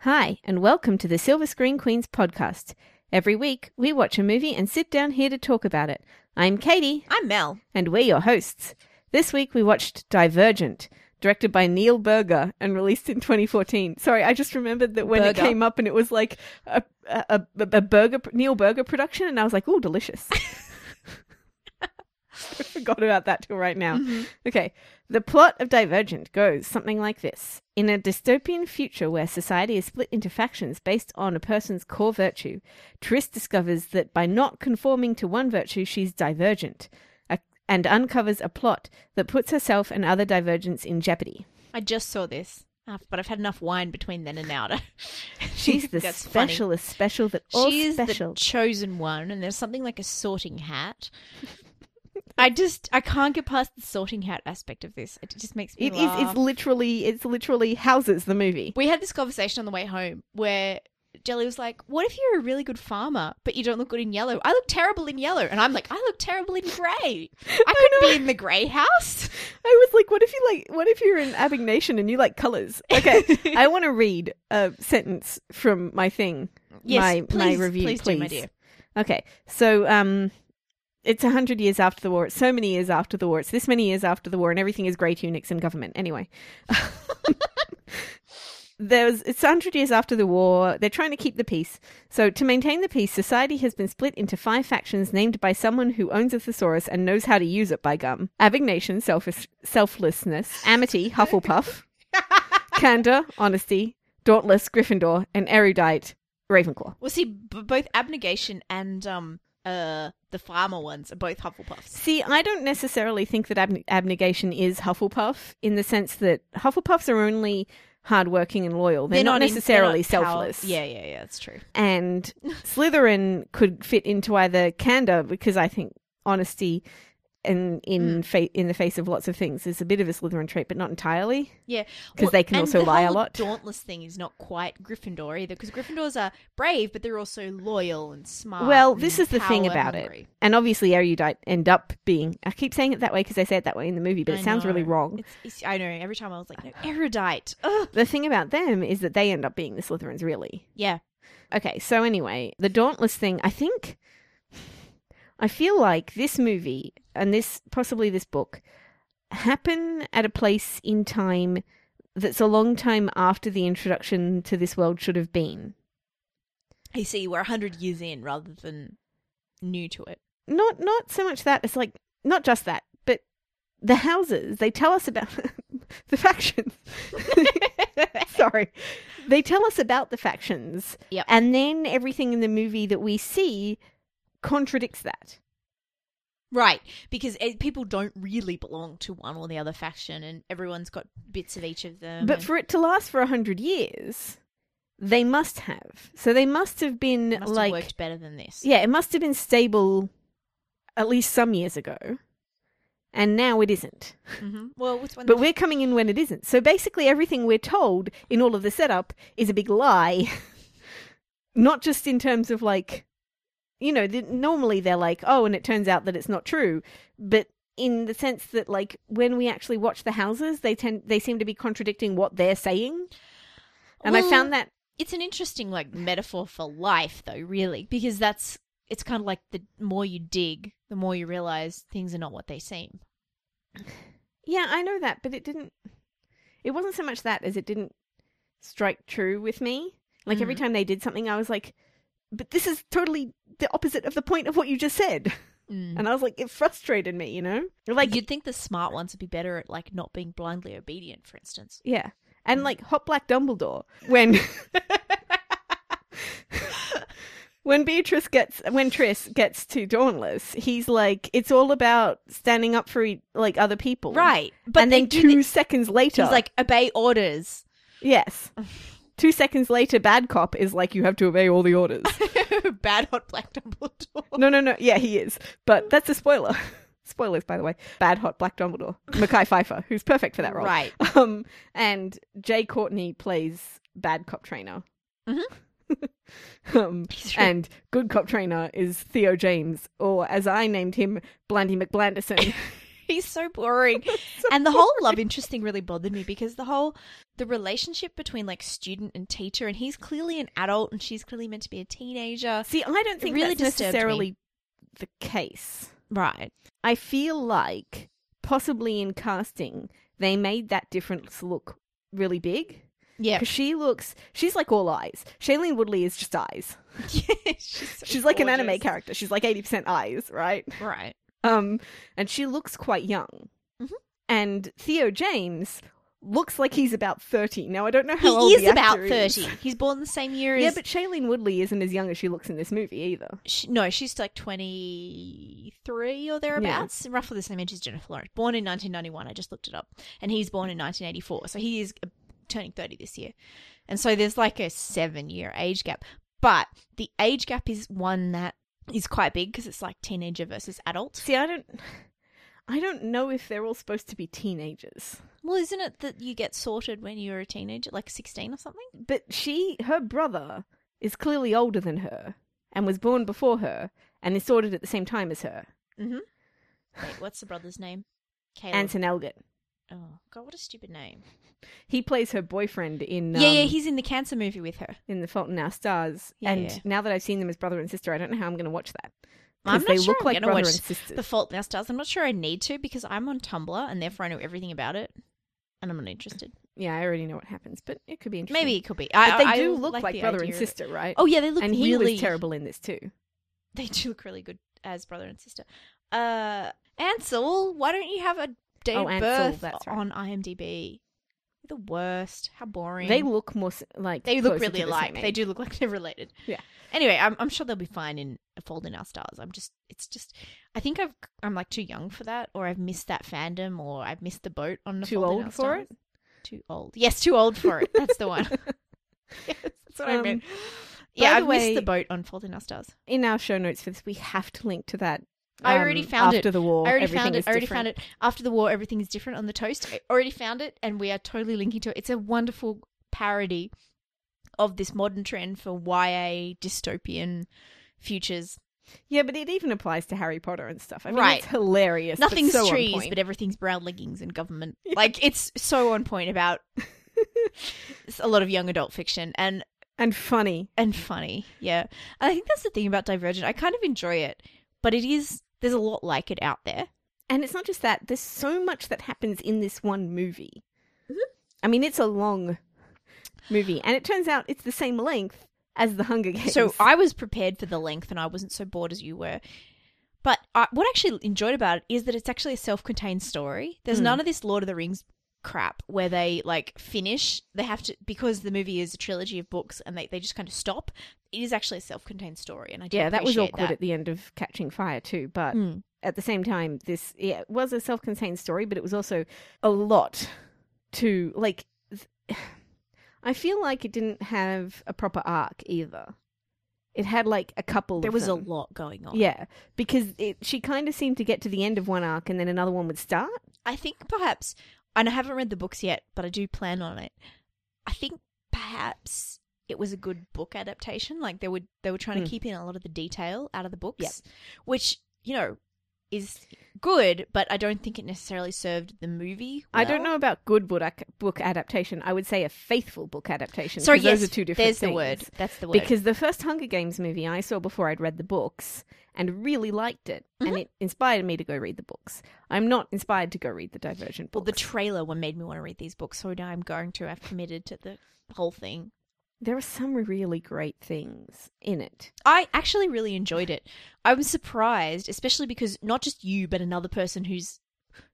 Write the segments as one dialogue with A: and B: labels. A: Hi, and welcome to the Silver Screen Queens podcast. Every week, we watch a movie and sit down here to talk about it. I'm Katie,
B: I'm Mel.
A: and we're your hosts. This week, we watched Divergent, directed by Neil Berger and released in 2014. Sorry, I just remembered that when it
B: Berger.
A: came up and it was like a, a, a, a burger, Neil Berger production, and I was like, oh, delicious. I forgot about that till right now.
B: Mm-hmm.
A: Okay. The plot of Divergent goes something like this In a dystopian future where society is split into factions based on a person's core virtue, Triss discovers that by not conforming to one virtue, she's divergent a- and uncovers a plot that puts herself and other divergents in jeopardy.
B: I just saw this, uh, but I've had enough wine between then and now to.
A: She's the
B: That's funny.
A: specialist special that all
B: she is
A: special.
B: the chosen one, and there's something like a sorting hat. I just I can't get past the sorting hat aspect of this. It just makes me.
A: It is.
B: laugh.
A: It's literally. It's literally houses the movie.
B: We had this conversation on the way home where Jelly was like, "What if you're a really good farmer, but you don't look good in yellow? I look terrible in yellow." And I'm like, "I look terrible in grey. I could be in the grey house."
A: I was like, what if you like, what if you're in Abignation and you like colors? Okay, I want to read a sentence from my thing.
B: Yes,
A: my, my
B: please,
A: review,
B: please do, my dear.
A: Okay, so um, it's a hundred years after the war. It's so many years after the war. It's this many years after the war, and everything is grey tunics and government. Anyway. There's, it's 100 years after the war. They're trying to keep the peace. So, to maintain the peace, society has been split into five factions named by someone who owns a thesaurus and knows how to use it by gum Avignation, selfish, selflessness, amity, Hufflepuff, candor, honesty, dauntless, Gryffindor, and erudite, Ravenclaw.
B: Well, see, b- both abnegation and um uh the farmer ones are both Hufflepuffs.
A: See, I don't necessarily think that ab- abnegation is Hufflepuff in the sense that Hufflepuffs are only hardworking and loyal. They're, not,
B: in-
A: necessarily
B: they're not power-
A: selfless.
B: yeah, yeah, yeah. That's true.
A: and Slytherin could fit into either candor because I think honesty and in
B: Mm.
A: fa- in the face of lots of things is a bit of a Slytherin trait, but not entirely.
B: Yeah,
A: 'Cause they can
B: and
A: also
B: the
A: lie a
B: whole
A: lot.
B: Dauntless thing is not quite Gryffindor either, because Gryffindors are brave, but they're also loyal and smart.
A: well, this
B: and
A: is the thing
B: power
A: about it,
B: hungry.
A: and obviously erudite end up being. I keep saying it that way because they say it that way in the movie, but it
B: I
A: sounds really
B: know.
A: wrong.
B: It's, it's, I know. Every time I was like, no, erudite. Ugh.
A: The thing about them is that they end up being the Slytherins, really.
B: Yeah,
A: Okay, so anyway, the Dauntless thing, I think I feel like this movie and this possibly this book happen at a place in time that's a long time after the introduction to this world should have been.
B: I see. We're hundred years in rather than new to it.
A: Not not so much that it's like not just that, but the houses, they tell us about the factions. Sorry. They tell us about the factions.
B: Yep.
A: And then everything in the movie that we see contradicts that.
B: Right, because eh, people don't really belong to one or the other faction, and everyone's got bits of each of them.
A: But
B: and-
A: for it to last for a hundred years, they must have. So they must have been
B: It must
A: like,
B: have worked better than this.
A: yeah, it must have been stable, at least some years ago, and now it isn't.
B: hmm Well, what's one?
A: But we're coming in when it isn't. So basically, everything we're told in all of the setup is a big lie. not just in terms of like, you know, the, normally they're like, oh, and it turns out that it's not true, but in the sense that like when we actually watch the houses, they tend they seem to be contradicting what they're saying. And I
B: Well,
A: found that
B: it's an interesting like metaphor for life, though, really, because that's it's kind of like the more you dig, the more you realize things are not what they seem.
A: yeah, I know that, but it didn't. It wasn't so much that as it didn't strike true with me. Like every
B: Mm.
A: time they did something, I was like, "But this is totally the opposite of the point of what you just said,"
B: Mm.
A: and I was like, it frustrated me, you know,
B: Like
A: like
B: you'd think the smart ones would be better at like not being blindly obedient, for instance.
A: yeah, and
B: Mm.
A: like hot black Dumbledore when. When Beatrice gets, when Triss gets to Dauntless, he's like, it's all about standing up for e- like other people,
B: Right, but
A: and
B: they
A: then
B: do
A: two
B: thi-
A: seconds later,
B: he's like obey orders.
A: Yes. Two seconds later, bad cop is like, you have to obey all the orders.
B: Bad hot black Dumbledore.
A: no, no, no. Yeah, he is. But that's a spoiler. Spoilers, by the way. Bad hot black Dumbledore. Mackay Pfeiffer, who's perfect for that role.
B: Right.
A: Um, and Jay Courtney plays bad cop trainer. um,
B: He's really-
A: and good cop trainer is Theo James, or as I named him, Blandy McBlanderson.
B: He's so boring. and the whole love interest thing really bothered me because the whole the relationship between like student and teacher and he's clearly an adult and she's clearly meant to be a teenager.
A: See, I don't think
B: really
A: that's
B: disturbed me.
A: necessarily the case.
B: Right.
A: I feel like possibly in casting they made that difference look really big
B: Yeah.
A: because she looks she's like all eyes. Shailene Woodley is just eyes.
B: she's so
A: She's like an anime
B: gorgeous.
A: character. She's like eighty percent eyes, right?
B: Right.
A: Um, and she looks quite young.
B: Mhm.
A: And Theo James looks like he's about thirty. Now I don't know
B: He
A: how old
B: is
A: the
B: about
A: actor
B: 30.
A: is.
B: He's born the same year
A: Yeah,
B: as.
A: but Shailene Woodley isn't as young as she looks in this movie either.
B: She, no, she's like 23 or thereabouts, roughly the same age as Jennifer Lawrence. Born in 1991, I just looked it up. And he's born in 1984. So he is uh, turning 30 this year. And so there's like a seven year age gap. But the age gap is one that is quite big because it's like teenager versus adult.
A: See, I don't, I don't know if they're all supposed to be teenagers.
B: Well, isn't it that you get sorted when you're a teenager, like 16 or something?
A: But she, her brother, is clearly older than her and was born before her and is sorted at the same time as her.
B: Wait, what's the brother's name? Caleb.
A: Anton Elgin.
B: Oh, God, what a stupid name.
A: He plays her boyfriend in um,
B: Yeah, yeah, he's in the cancer movie with her.
A: in The Fault in Our Stars.
B: Yeah,
A: and
B: yeah.
A: now that I've seen them as brother and sister, I don't know how I'm going to watch that
B: I'm
A: because
B: not
A: they
B: sure
A: look
B: I'm
A: like
B: gonna
A: brother
B: watch
A: and sister.
B: The Fault in Our Stars. I'm not sure I need to because I'm on Tumblr and therefore I know everything about it, and I'm not interested.
A: yeah, I already know what happens, but it could be interesting.
B: Maybe it could be.
A: but
B: I,
A: they
B: I- I
A: do look like,
B: the
A: brother and
B: idea of it.
A: sister, right?
B: Oh yeah, they look
A: and he
B: really
A: was terrible in this too.
B: They do look really good as brother and sister. Uh, Ansel, why don't you have a date
A: Oh,
B: of
A: Ansel,
B: birth
A: that's right.
B: on IMDb? You're the worst. How boring.
A: They look more s- like
B: They
A: closer
B: look
A: to
B: really
A: the same
B: alike. They
A: age.
B: do look like they're related.
A: Yeah.
B: Anyway, I'm, I'm sure they'll be fine in A Fold in Our Stars. I'm just, it's just, I think I've, I'm like too young for that, or I've missed that fandom, or I've missed the boat on A
A: Too
B: Fault in
A: old
B: Our
A: for
B: Stars. Too old. Yes, too old for it. That's the one. yes, that's what I
A: Um,
B: meant.
A: by
B: Yeah,
A: the
B: I've missed
A: way-
B: the boat on Fold in Our Stars.
A: in our show notes for this, we have to link to that. um,
B: I already found it.
A: after the war.
B: I already
A: everything
B: found it.
A: is
B: I already
A: different.
B: found it. After the war, everything is different on the toast. I already found it, and we are totally linking to it. It's a wonderful parody of this modern trend for YA dystopian futures.
A: Yeah, but it even applies to Harry Potter and stuff. I mean,
B: Right.
A: it's hilarious. but
B: Nothing's
A: so on
B: trees,
A: point.
B: but everything's brown leggings and government. Like it's so on point about it's a lot of young adult fiction and
A: and funny.
B: and funny. Yeah, and I think that's the thing about Divergent. I kind of enjoy it, but it is there's a lot like it out there.
A: And it's not just that. There's so much that happens in this one movie.
B: Mm-hmm.
A: I mean, it's a long movie, and it turns out it's the same length as the Hunger Games.
B: So I was prepared for the length and I wasn't so bored as you were. But I, what I actually enjoyed about it is that it's actually a self contained story. There's
A: Hmm.
B: none of this Lord of the Rings crap where they like finish. They have to, because the movie is a trilogy of books and they, they just kind of stop. It is actually a self contained story. And I do
A: yeah, that was
B: appreciate
A: awkward
B: that.
A: at the end of Catching Fire too. But
B: Mm.
A: at the same time, this yeah, it was a self-contained story, but it was also a lot to like. th- I feel like it didn't have a proper arc either. It had like a couple.
B: There
A: of
B: was a
A: them.
B: lot going on.
A: Yeah, because it, she kind of seemed to get to the end of one arc and then another one would start.
B: I think perhaps, and I haven't read the books yet, but I do plan on it. I think perhaps it was a good book adaptation. Like they were they were trying
A: Hmm.
B: to keep in a lot of the detail out of the books,
A: Yep.
B: which you know is good, but I don't think it necessarily served the movie.
A: I don't
B: well.
A: know about good book, ac- book adaptation. I would say a faithful book adaptation.
B: Sorry,
A: 'cause
B: yes,
A: those are two different
B: There's
A: things.
B: the word. That's the word.
A: Because the first Hunger Games movie I saw before I'd read the books and really liked it,
B: Mm-hmm.
A: and it inspired me to go read the books. I'm not inspired to go read the Divergent
B: well,
A: books.
B: the trailer one made me want to read these books, so now I'm going to. I've committed to the whole thing.
A: there are some really great things in it.
B: I actually really enjoyed it. I was surprised, especially because not just you, but another person who's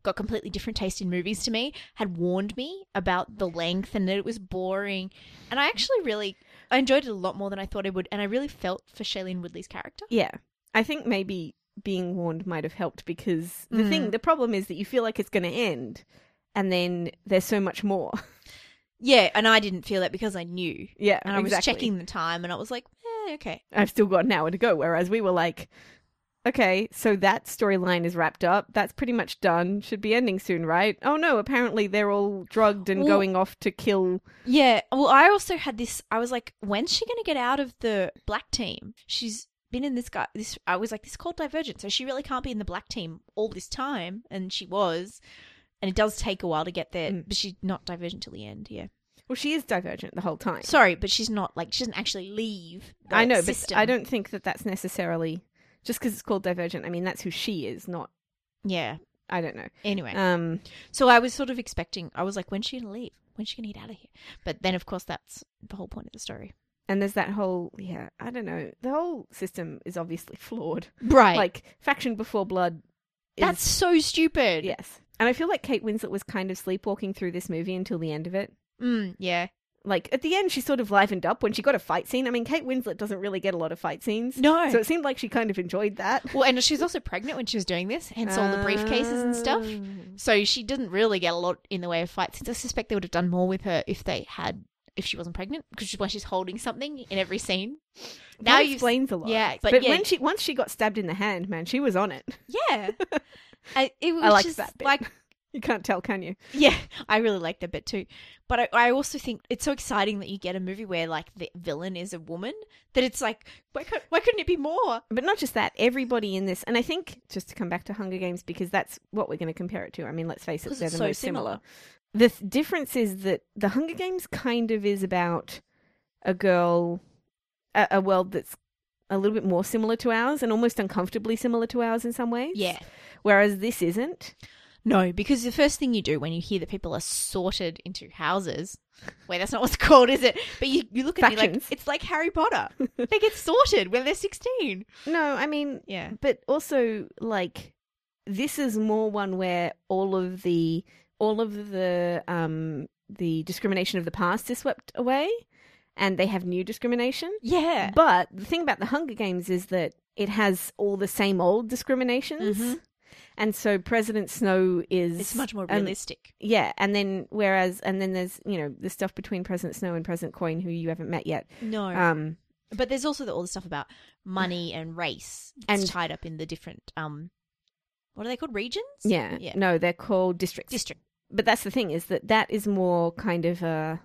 B: got completely different taste in movies to me had warned me about the length and that it was boring. And I actually really I enjoyed it a lot more than I thought I would, and I really felt for Shailene Woodley's character.
A: Yeah, I think maybe being warned might have helped because the
B: Mm.
A: thing, the problem is that you feel like it's going to end, and then there's so much more.
B: Yeah, and I didn't feel that because I knew.
A: yeah,
B: And I was
A: exactly.
B: checking the time and I was like, eh, okay.
A: I've still got an hour to go. Whereas we were like, okay, so that storyline is wrapped up. That's pretty much done. Should be ending soon, right? Oh no, apparently they're all drugged and
B: Well-
A: going off to kill.
B: Yeah. Well, I also had this. I was like, when's she going to get out of the black team? She's been in this guy. This I was like, this is called Divergent. So she really can't be in the black team all this time, and she was. And it does take a while to get there,
A: Mm.
B: but she's not Divergent till the end. Yeah,
A: Well, she is divergent the whole time.
B: sorry, but she's not like she doesn't actually leave. The
A: I know,
B: system.
A: but I don't think that that's necessarily just because it's called Divergent. I mean, that's who she is, not.
B: Yeah.
A: I don't know.
B: Anyway,
A: Um,
B: so I was sort of expecting. I was like, when's she gonna leave? When's she gonna get out of here? But then, of course, that's the whole point of the story,
A: and there's that whole yeah. I don't know. The whole system is obviously flawed.
B: right? Like
A: Like faction before blood. Is,
B: that's so stupid.
A: yes. And I feel like Kate Winslet was kind of sleepwalking through this movie until the end of it.
B: Mm, yeah.
A: Like at the end, she sort of livened up when she got a fight scene. I mean, Kate Winslet doesn't really get a lot of fight scenes.
B: No.
A: So it seemed like she kind of enjoyed that.
B: well, and she was also pregnant when she was doing this, hence all the briefcases and stuff.
A: Oh.
B: So she didn't really get a lot in the way of fights. Since I suspect they would have done more with her if they had, if she wasn't pregnant, because why she's holding something in every scene. Now
A: That
B: you,
A: explains a lot.
B: yeah,
A: but,
B: but yeah.
A: when she once she got stabbed in the hand, man, she was on it.
B: yeah, I, it was
A: I like
B: just
A: that bit.
B: like
A: You can't tell, can you?
B: yeah, I really like that bit too. But I, I also think it's so exciting that you get a movie where like the villain is a woman that it's like why could why couldn't it be more?
A: But not just that, everybody in this, and I think just to come back to Hunger Games because that's what we're going to compare it to. I mean, let's face it,
B: Because
A: they're
B: it's
A: the
B: so
A: most similar.
B: similar.
A: The th- difference is that the Hunger Games kind of is about a girl, a, a world that's a little bit more similar to ours and almost uncomfortably similar to ours in some ways.
B: Yeah.
A: Whereas this isn't.
B: No, because the first thing you do when you hear that people are sorted into houses, wait, that's not what's called, is it? But you, you look at me like
A: Factions.
B: it's like Harry Potter. they get sorted when they're sixteen.
A: No, I mean,
B: Yeah,
A: but also like this is more one where all of the all of the um the discrimination of the past is swept away and they have new discrimination
B: yeah,
A: but the thing about the hunger games is that it has all the same old discriminations
B: Mhm.
A: and so president snow is
B: it's much more
A: um,
B: realistic.
A: yeah and then whereas and then there's you know the stuff between president snow and president coin who you haven't met yet
B: no,
A: um
B: Uh, but there's also the, all the stuff about money and race
A: And-
B: and tied up in the different um, what are they called? Regions?
A: yeah,
B: yeah,
A: no they're called districts
B: district.
A: but that's the thing is that that is more kind of a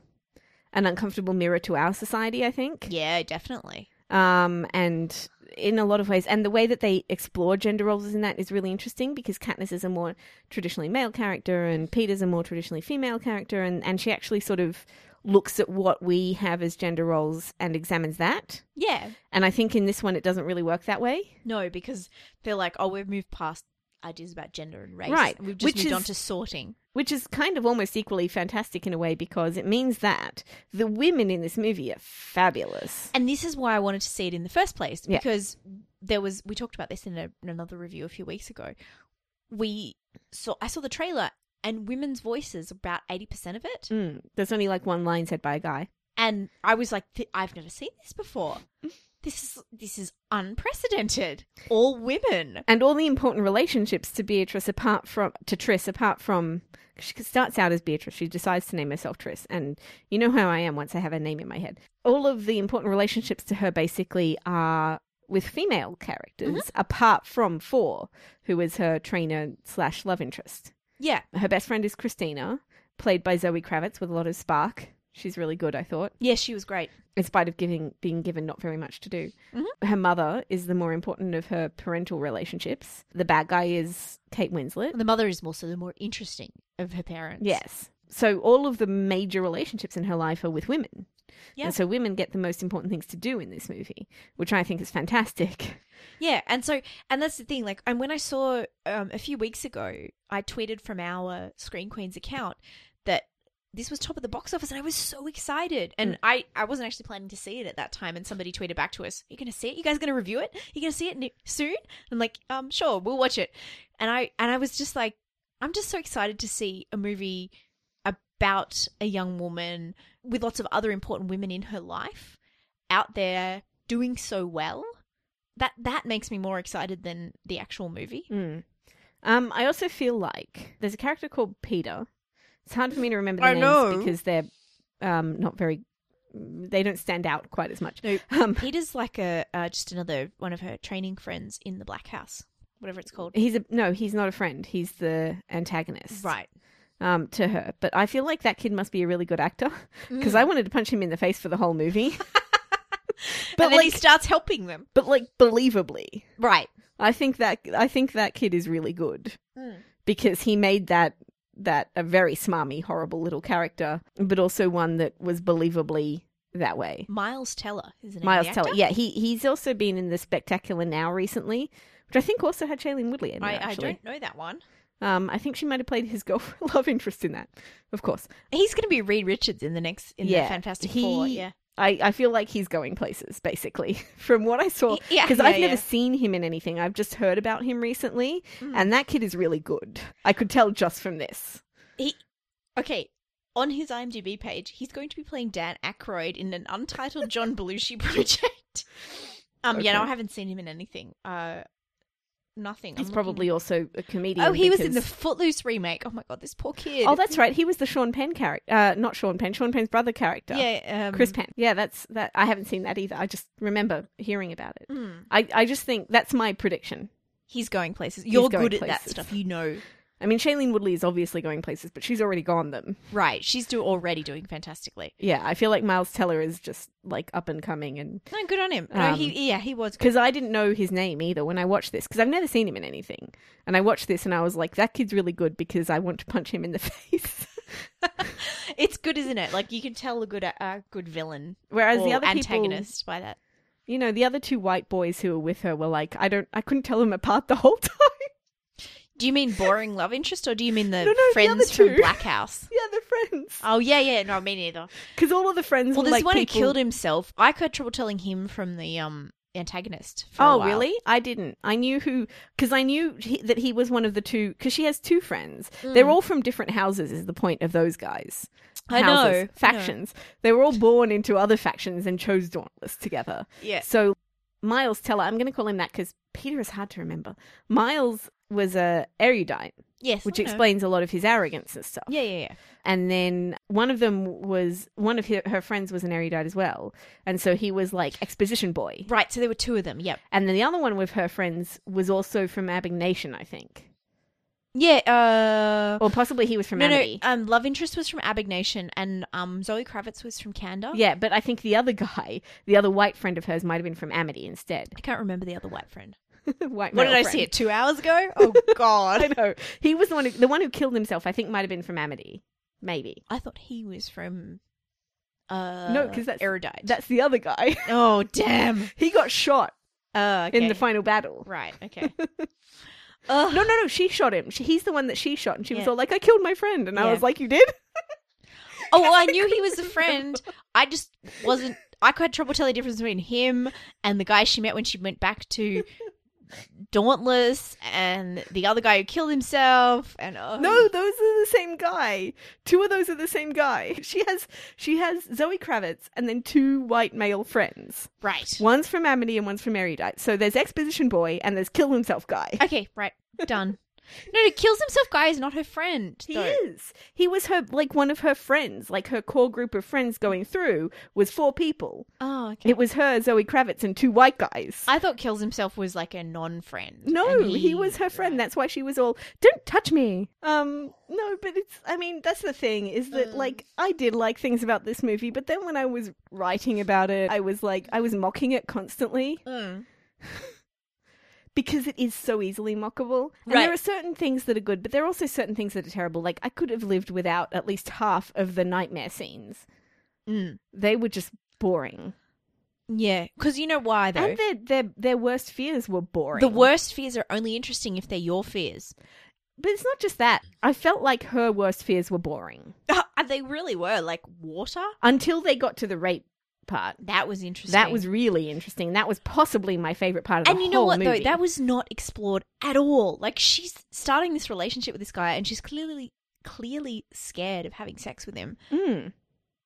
A: an uncomfortable mirror to our society i think
B: Yeah, definitely.
A: um and in a lot of ways and the way that they explore gender roles in that is really interesting because Katniss is a more traditionally male character and Peter's a more traditionally female character and and she actually sort of looks at what we have as gender roles and examines that
B: Yeah,
A: and i think in this one it doesn't really work that way
B: no, because they're like, oh, we've moved past ideas about gender and race.
A: Right,
B: we've just
A: which
B: moved on
A: is-
B: to sorting.
A: which is kind of almost equally fantastic in a way because it means that the women in this movie are fabulous
B: And this is why I wanted to see it in the first place
A: Yeah.
B: because there was we talked about this in, a, in another review a few weeks ago. We saw I saw the trailer and women's voices about 80% of it
A: Mm, there's only like one line said by a guy.
B: and I was like "Th- I've never seen this before. This is this is unprecedented. All women.
A: And all the important relationships to Beatrice apart from to Triss apart from she starts out as Beatrice. She decides to name herself Triss, and you know how I am once I have a name in my head. All of the important relationships to her basically are with female characters, apart from Four, who is her trainer slash love interest.
B: Yeah.
A: Her best friend is Christina, played by Zoe Kravitz with a lot of spark. She's really good, I thought
B: Yeah, she was great.
A: in spite of giving being given not very much to do.
B: Mhm.
A: Her mother is the more important of her parental relationships. The bad guy is Kate Winslet.
B: The mother is also the more interesting of her parents.
A: Yes. So all of the major relationships in her life are with women.
B: Yeah.
A: And so women get the most important things to do in this movie, which I think is fantastic.
B: Yeah, and so and that's the thing. Like, and when I saw um, a few weeks ago, I tweeted from our Screen Queens account that this was top of the box office, and I was so excited. And I I wasn't actually planning to see it at that time, and somebody tweeted back to us, "You're gonna see it? You guys gonna review it? You're gonna see it ne- soon?" I'm like, um, sure, we'll watch it. And I and I was just like, I'm just so excited to see a movie about a young woman with lots of other important women in her life out there doing so well. That that makes me more excited than the actual movie.
A: Mm. Um, I also feel like there's a character called Peter. It's hard for me to remember
B: I
A: their names
B: know.
A: because they're um, not very. They don't stand out quite as much.
B: No.
A: Um,
B: Peter's like a uh, just another one of her training friends in the Black House, whatever it's called.
A: He's a no. He's not a friend. He's the antagonist,
B: Right.
A: Um, to her. But I feel like that kid must be a really good actor because
B: Mm.
A: I wanted to punch him in the face for the whole movie.
B: but then he
A: like-
B: starts helping them.
A: but like believably.
B: Right.
A: I think that I think that kid is really good
B: Mm.
A: because he made that that a very smarmy, horrible little character, but also one that was believably that way.
B: Miles Teller is the name
A: Miles
B: of the
A: Teller,
B: actor?
A: yeah, he he's also been in the Spectacular Now recently, which I think also had Shailene Woodley in it.
B: I, I
A: actually.
B: don't know that one.
A: Um, I think she might have played his girlfriend, love interest in that, of course.
B: He's going to be Reed Richards in the next in
A: Yeah,
B: the Fantastic Four.
A: he-
B: Yeah.
A: I, I feel like he's going places, basically, from what I saw.
B: Y- yeah,
A: Because
B: yeah,
A: I've never
B: yeah.
A: seen him in anything. I've just heard about him recently,
B: Mm.
A: and that kid is really good. I could tell just from this.
B: Okay. On his IMDb page, he's going to be playing Dan Aykroyd in an untitled John Belushi project. Um, yeah, no,
A: Okay.
B: I haven't seen him in anything. Uh, nothing.
A: He's
B: I'm
A: probably
B: looking-
A: also a comedian.
B: Mm. Oh, he was in the
A: because-
B: Footloose remake. Oh my god, this poor kid.
A: Oh, that's right. He was the Sean Penn character. Uh, not Sean Penn. Sean Penn's brother character.
B: yeah. Um,
A: Chris Penn. Yeah, that's that. I haven't seen that either. I just remember hearing about it.
B: mm,
A: I, I just think that's my prediction.
B: he's going places. You're
A: going
B: good at that
A: places.
B: stuff. You know,
A: I mean, Shailene Woodley is obviously going places, but she's already gone them.
B: right? She's do- already doing fantastically.
A: Yeah, I feel like Miles Teller is just like up and coming, and
B: No, good on him. No,
A: Um,
B: he yeah, he was good.
A: because I didn't know his name either when I watched this because I've never seen him in anything, and I watched this and I was like, that kid's really good because I want to punch him in the face.
B: It's good, isn't it? Like you can tell a good a a good villain
A: Whereas
B: or
A: the other people,
B: antagonist by that.
A: you know, the other two white boys who were with her were like, I don't, I couldn't tell them apart the whole time.
B: Do you mean boring love interest, or do you mean the
A: No, no, the
B: friends
A: other
B: from
A: two.
B: Black House?
A: yeah, they're friends.
B: Oh yeah, yeah. No, me neither.
A: Because all of the friends
B: Well,
A: were
B: there's
A: like
B: one
A: people.
B: who killed himself. I had trouble telling him from the um antagonist. For a
A: Oh,
B: while.
A: really? I didn't. I knew who, because I knew he, that he was one of the two. Because she has two friends. They're all from different houses. Is the point of those guys?
B: Mm. I know, I know.
A: factions. They were all born into other factions and chose Dauntless together.
B: Yeah.
A: So Miles Teller, I'm going to call him that because Peter is hard to remember. Miles was a erudite,
B: Yes.
A: which
B: I know.
A: explains a lot of his arrogance and stuff.
B: Yeah, yeah, yeah.
A: And then one of them was one of her, her friends was an erudite as well, and so he was like exposition boy.
B: Right. So there were two of them. Yep.
A: And then the other one with her friends was also from Abing Nation, I think.
B: Yeah. Uh.
A: Or possibly he was from
B: No, no.
A: Amity.
B: Um, love interest was from Abignation, and um, Zoe Kravitz was from Candor.
A: Yeah, but I think the other guy, the other white friend of hers, might have been from Amity instead.
B: I can't remember the other white friend.
A: white
B: What
A: male
B: did I
A: friend.
B: see it two hours ago? Oh
A: I
B: God!
A: know. He was the one who, the one who killed himself, I think might have been from Amity. Maybe.
B: I thought he was from. Uh,
A: No, 'cause that's-
B: erudite.
A: That's the other guy.
B: oh damn!
A: he got shot
B: Uh,
A: in the final battle.
B: right. Okay. Ugh.
A: No, no, no. She shot him. She, he's the one that she shot, and she was
B: Yeah.
A: all like, "I killed my friend," and I
B: Yeah.
A: was like, "You did?"
B: Oh, well, I knew he was a friend. I just wasn't. I had trouble telling the difference between him and the guy she met when she went back to Dauntless, and the other guy who killed himself. And oh,
A: No, those are the same guy. Two of those are the same guy. She has she has Zoe Kravitz and then two white male friends.
B: right.
A: One's from Amity and one's from Erudite. So there's Exposition Boy and there's Kill Himself Guy.
B: Okay, right, done. No, no, kills himself. Guy is not her friend.
A: He
B: though.
A: is. He was her like one of her friends, like her core group of friends going through was four people.
B: Oh, okay.
A: It was her, Zoe Kravitz, and two white guys.
B: I thought kills himself was like a non-friend.
A: No,
B: and
A: he, was her friend.
B: right.
A: That's why she was all, "Don't touch me." Um, no, but it's. I mean, that's the thing is that
B: Mm.
A: like I did like things about this movie, but then when I was writing about it, I was like, I was mocking it constantly
B: Mm.
A: because it is so easily mockable. And
B: Right.
A: there are certain things that are good, but there are also certain things that are terrible. Like I could have lived without at least half of the nightmare scenes.
B: Mm.
A: They were just boring,
B: Yeah, because you know why though.
A: and their their their worst fears were boring.
B: the worst fears are only interesting if they're your fears.
A: but it's not just that. I felt like her worst fears were boring.
B: And they really were like water.
A: until they got to the rape part.
B: That was interesting.
A: That was really interesting. That was possibly my favorite part of the
B: and you know
A: whole
B: what
A: movie.
B: though? That was not explored at all. Like she's starting this relationship with this guy, and she's clearly clearly scared of having sex with him,
A: Mm.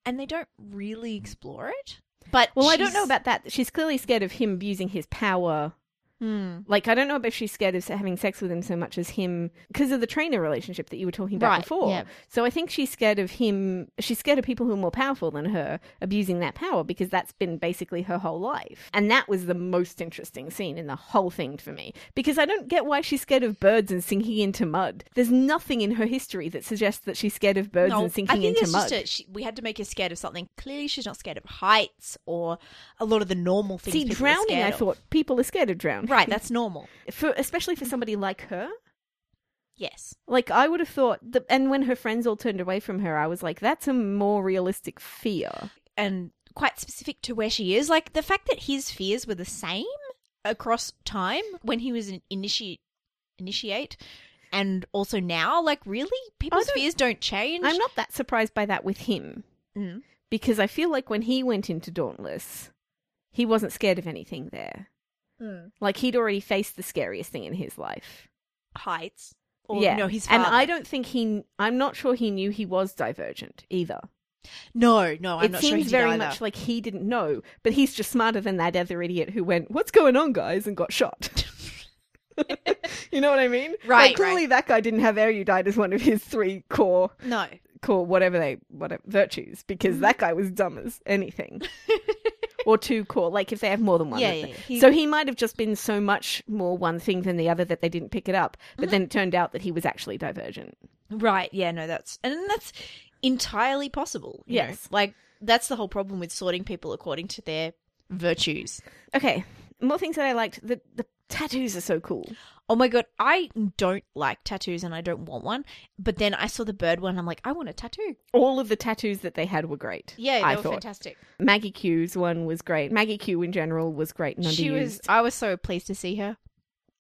B: and they don't really explore it. But
A: Well, I don't
B: she's-
A: know about that. She's clearly scared of him abusing his power
B: Mm.
A: Like, I don't know if she's scared of having sex with him so much as him because of the trainer relationship that you were talking about
B: Right,
A: before.
B: yeah.
A: So I think she's scared of him. She's scared of people who are more powerful than her abusing that power because that's been basically her whole life. And that was the most interesting scene in the whole thing for me because I don't get why she's scared of birds and sinking into mud. There's nothing in her history that suggests that she's scared of birds
B: No,
A: and sinking
B: I think
A: into
B: that's
A: mud.
B: Just a, she, we had to make her scared of something. Clearly, she's not scared of heights or a lot of the normal things.
A: See,
B: people are
A: drowning,
B: scared
A: I
B: of.
A: thought people are scared of drowning.
B: Right, that's normal.
A: For, especially for somebody like her.
B: Yes.
A: Like I would have thought, that, and when her friends all turned away from her, I was like, "That's a more realistic fear."
B: and quite specific to where she is. Like the fact that his fears were the same across time when he was an initiate, initiate, and also now. Like really, people's
A: don't-
B: fears don't change.
A: I'm not that surprised by that with him
B: Mm.
A: because I feel like when he went into Dauntless, he wasn't scared of anything there. Like he'd already faced the scariest thing in his life.
B: heights. Or,
A: yeah,
B: no, his
A: and
B: father.
A: I don't think he. I'm not sure he knew he was divergent either.
B: No, no, I'm
A: it
B: not
A: seems
B: sure he did
A: very
B: either.
A: much like he didn't know, but he's just smarter than that other idiot who went, "What's going on, guys?" and got shot. you know what I mean?
B: Right,
A: Like, clearly, that guy didn't have erudite as one of his three core
B: no.
A: core whatever they whatever virtues because
B: Mm-hmm.
A: that guy was dumb as anything. or two core, like if they have more than one.
B: Yeah,
A: of
B: yeah,
A: them.
B: yeah. He-
A: so he might have just been so much more one thing than the other that they didn't pick it up. But
B: Mm-hmm.
A: then it turned out that he was actually divergent.
B: Right. Yeah. No. That's and that's entirely possible. you know?
A: Yes.
B: Like that's the whole problem with sorting people according to their virtues.
A: Okay, more things that I liked. The the tattoos are so cool.
B: Oh my god, I don't like tattoos and I don't want one. But then I saw the bird one. I'm like, I want a tattoo.
A: all of the tattoos that they had were great.
B: Yeah, they
A: I
B: were
A: thought
B: fantastic.
A: Maggie Q's one was great. Maggie Q in general was great and underused.
B: She was. I was so pleased to see her.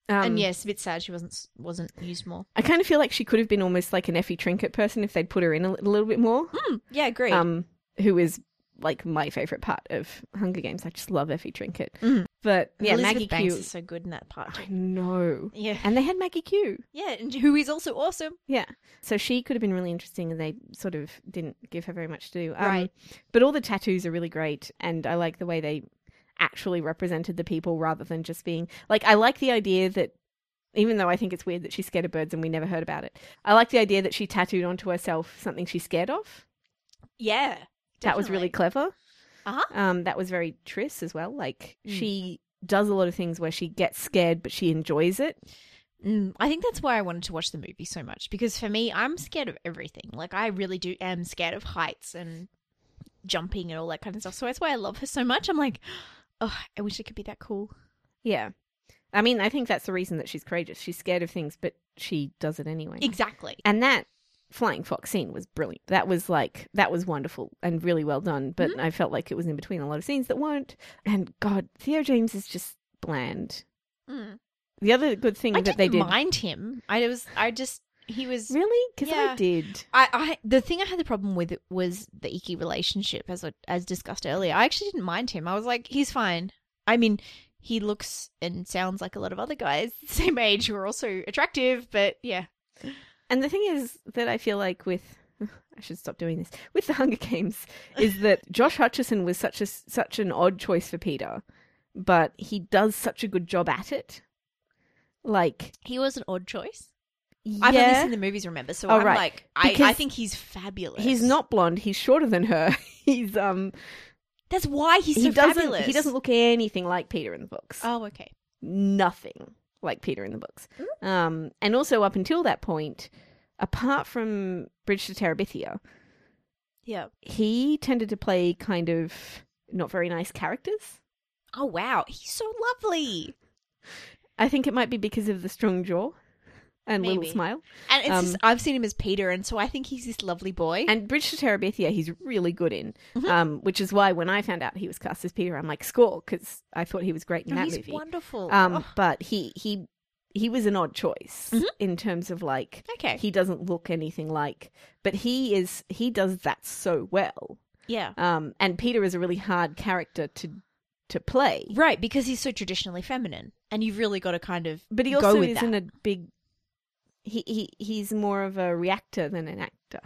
A: Um,
B: and yes, a bit sad she wasn't wasn't used more.
A: I kind of feel like she could have been almost like an Effie Trinket person if they'd put her in a, li- little bit more.
B: Yeah, agreed.
A: Um, who is like my favorite part of Hunger Games? I just love Effie Trinket. But yeah,
B: Mm. Elizabeth
A: Maggie
B: Banks
A: Q.
B: is so good in that part.
A: I
B: too.
A: know.
B: Yeah,
A: And they had Maggie Q.
B: yeah, and who is also awesome.
A: Yeah. So she could have been really interesting and they sort of didn't give her very much to do. Um,
B: Right.
A: But all the tattoos are really great and I like the way they actually represented the people rather than just being like I like the idea that even though I think it's weird that she's scared of birds and we never heard about it, I like the idea that she tattooed onto herself something she's scared of.
B: Yeah,
A: That was really clever.
B: Uh-huh. Hmm.
A: Um, that was very Triss as well. Like she does a lot of things where she gets scared but she enjoys it.
B: Mm, I think that's why I wanted to watch the movie so much because for me, I'm scared of everything. Like I really do am scared of heights and jumping and all that kind of stuff. So that's why I love her so much. I'm like, oh, I wish it could be that cool.
A: Yeah. I mean, I think that's the reason that she's courageous. She's scared of things, but she does it anyway.
B: Exactly.
A: and that flying fox scene was brilliant. That was like that was wonderful and really well done, but
B: Mm-hmm.
A: I felt like it was in between a lot of scenes that weren't. And god, Theo James is just bland.
B: Mm.
A: The other good thing
B: I
A: that
B: didn't
A: they did
B: mind him. I was. I just he was.
A: Really? Cuz I
B: Yeah.
A: did.
B: I, I the thing I had the problem with was the icky relationship as I- as discussed earlier. I actually didn't mind him. I was like, he's fine. I mean, he looks and sounds like a lot of other guys the same age who are also attractive, but yeah.
A: And the thing is that I feel like with I should stop doing this. With the Hunger Games is that Josh Hutcherson was such a such an odd choice for Peter, but he does such a good job at it. Like
B: He was an odd choice.
A: yeah.
B: I've only seen the movies, remember? So
A: Oh,
B: I'm
A: right.
B: like, I, I
A: Because
B: think he's fabulous.
A: He's not blonde. He's shorter than her. He's um.
B: That's why he's so
A: he doesn't.
B: fabulous.
A: He doesn't look anything like Peter in the books.
B: Oh, okay.
A: Nothing like Peter in the books.
B: Mm.
A: Um, and also up until that point, apart from Bridge to Terabithia,
B: Yeah.
A: he tended to play kind of not very nice characters.
B: Oh wow, he's so lovely.
A: I think it might be because of the strong jaw and
B: Maybe.
A: little smile.
B: And it's
A: Um,
B: just, I've seen him as Peter, and so I think he's this lovely boy.
A: And Bridge to Terabithia, he's really good in,
B: Mhm.
A: um, which is why when I found out he was cast as Peter, I'm like, score, because I thought he was great in
B: Oh,
A: that
B: he's
A: movie.
B: wonderful.
A: Um,
B: Oh,
A: but he he he was an odd choice
B: Mhm.
A: in terms of like
B: okay.
A: he doesn't look anything like, but he is he does that so well.
B: yeah.
A: Um, and Peter is a really hard character to to play,
B: Right, because he's so traditionally feminine, and you've really got to kind of
A: but he
B: go
A: also
B: with
A: isn't
B: that.
A: a big. He, he he's more of a reactor than an actor,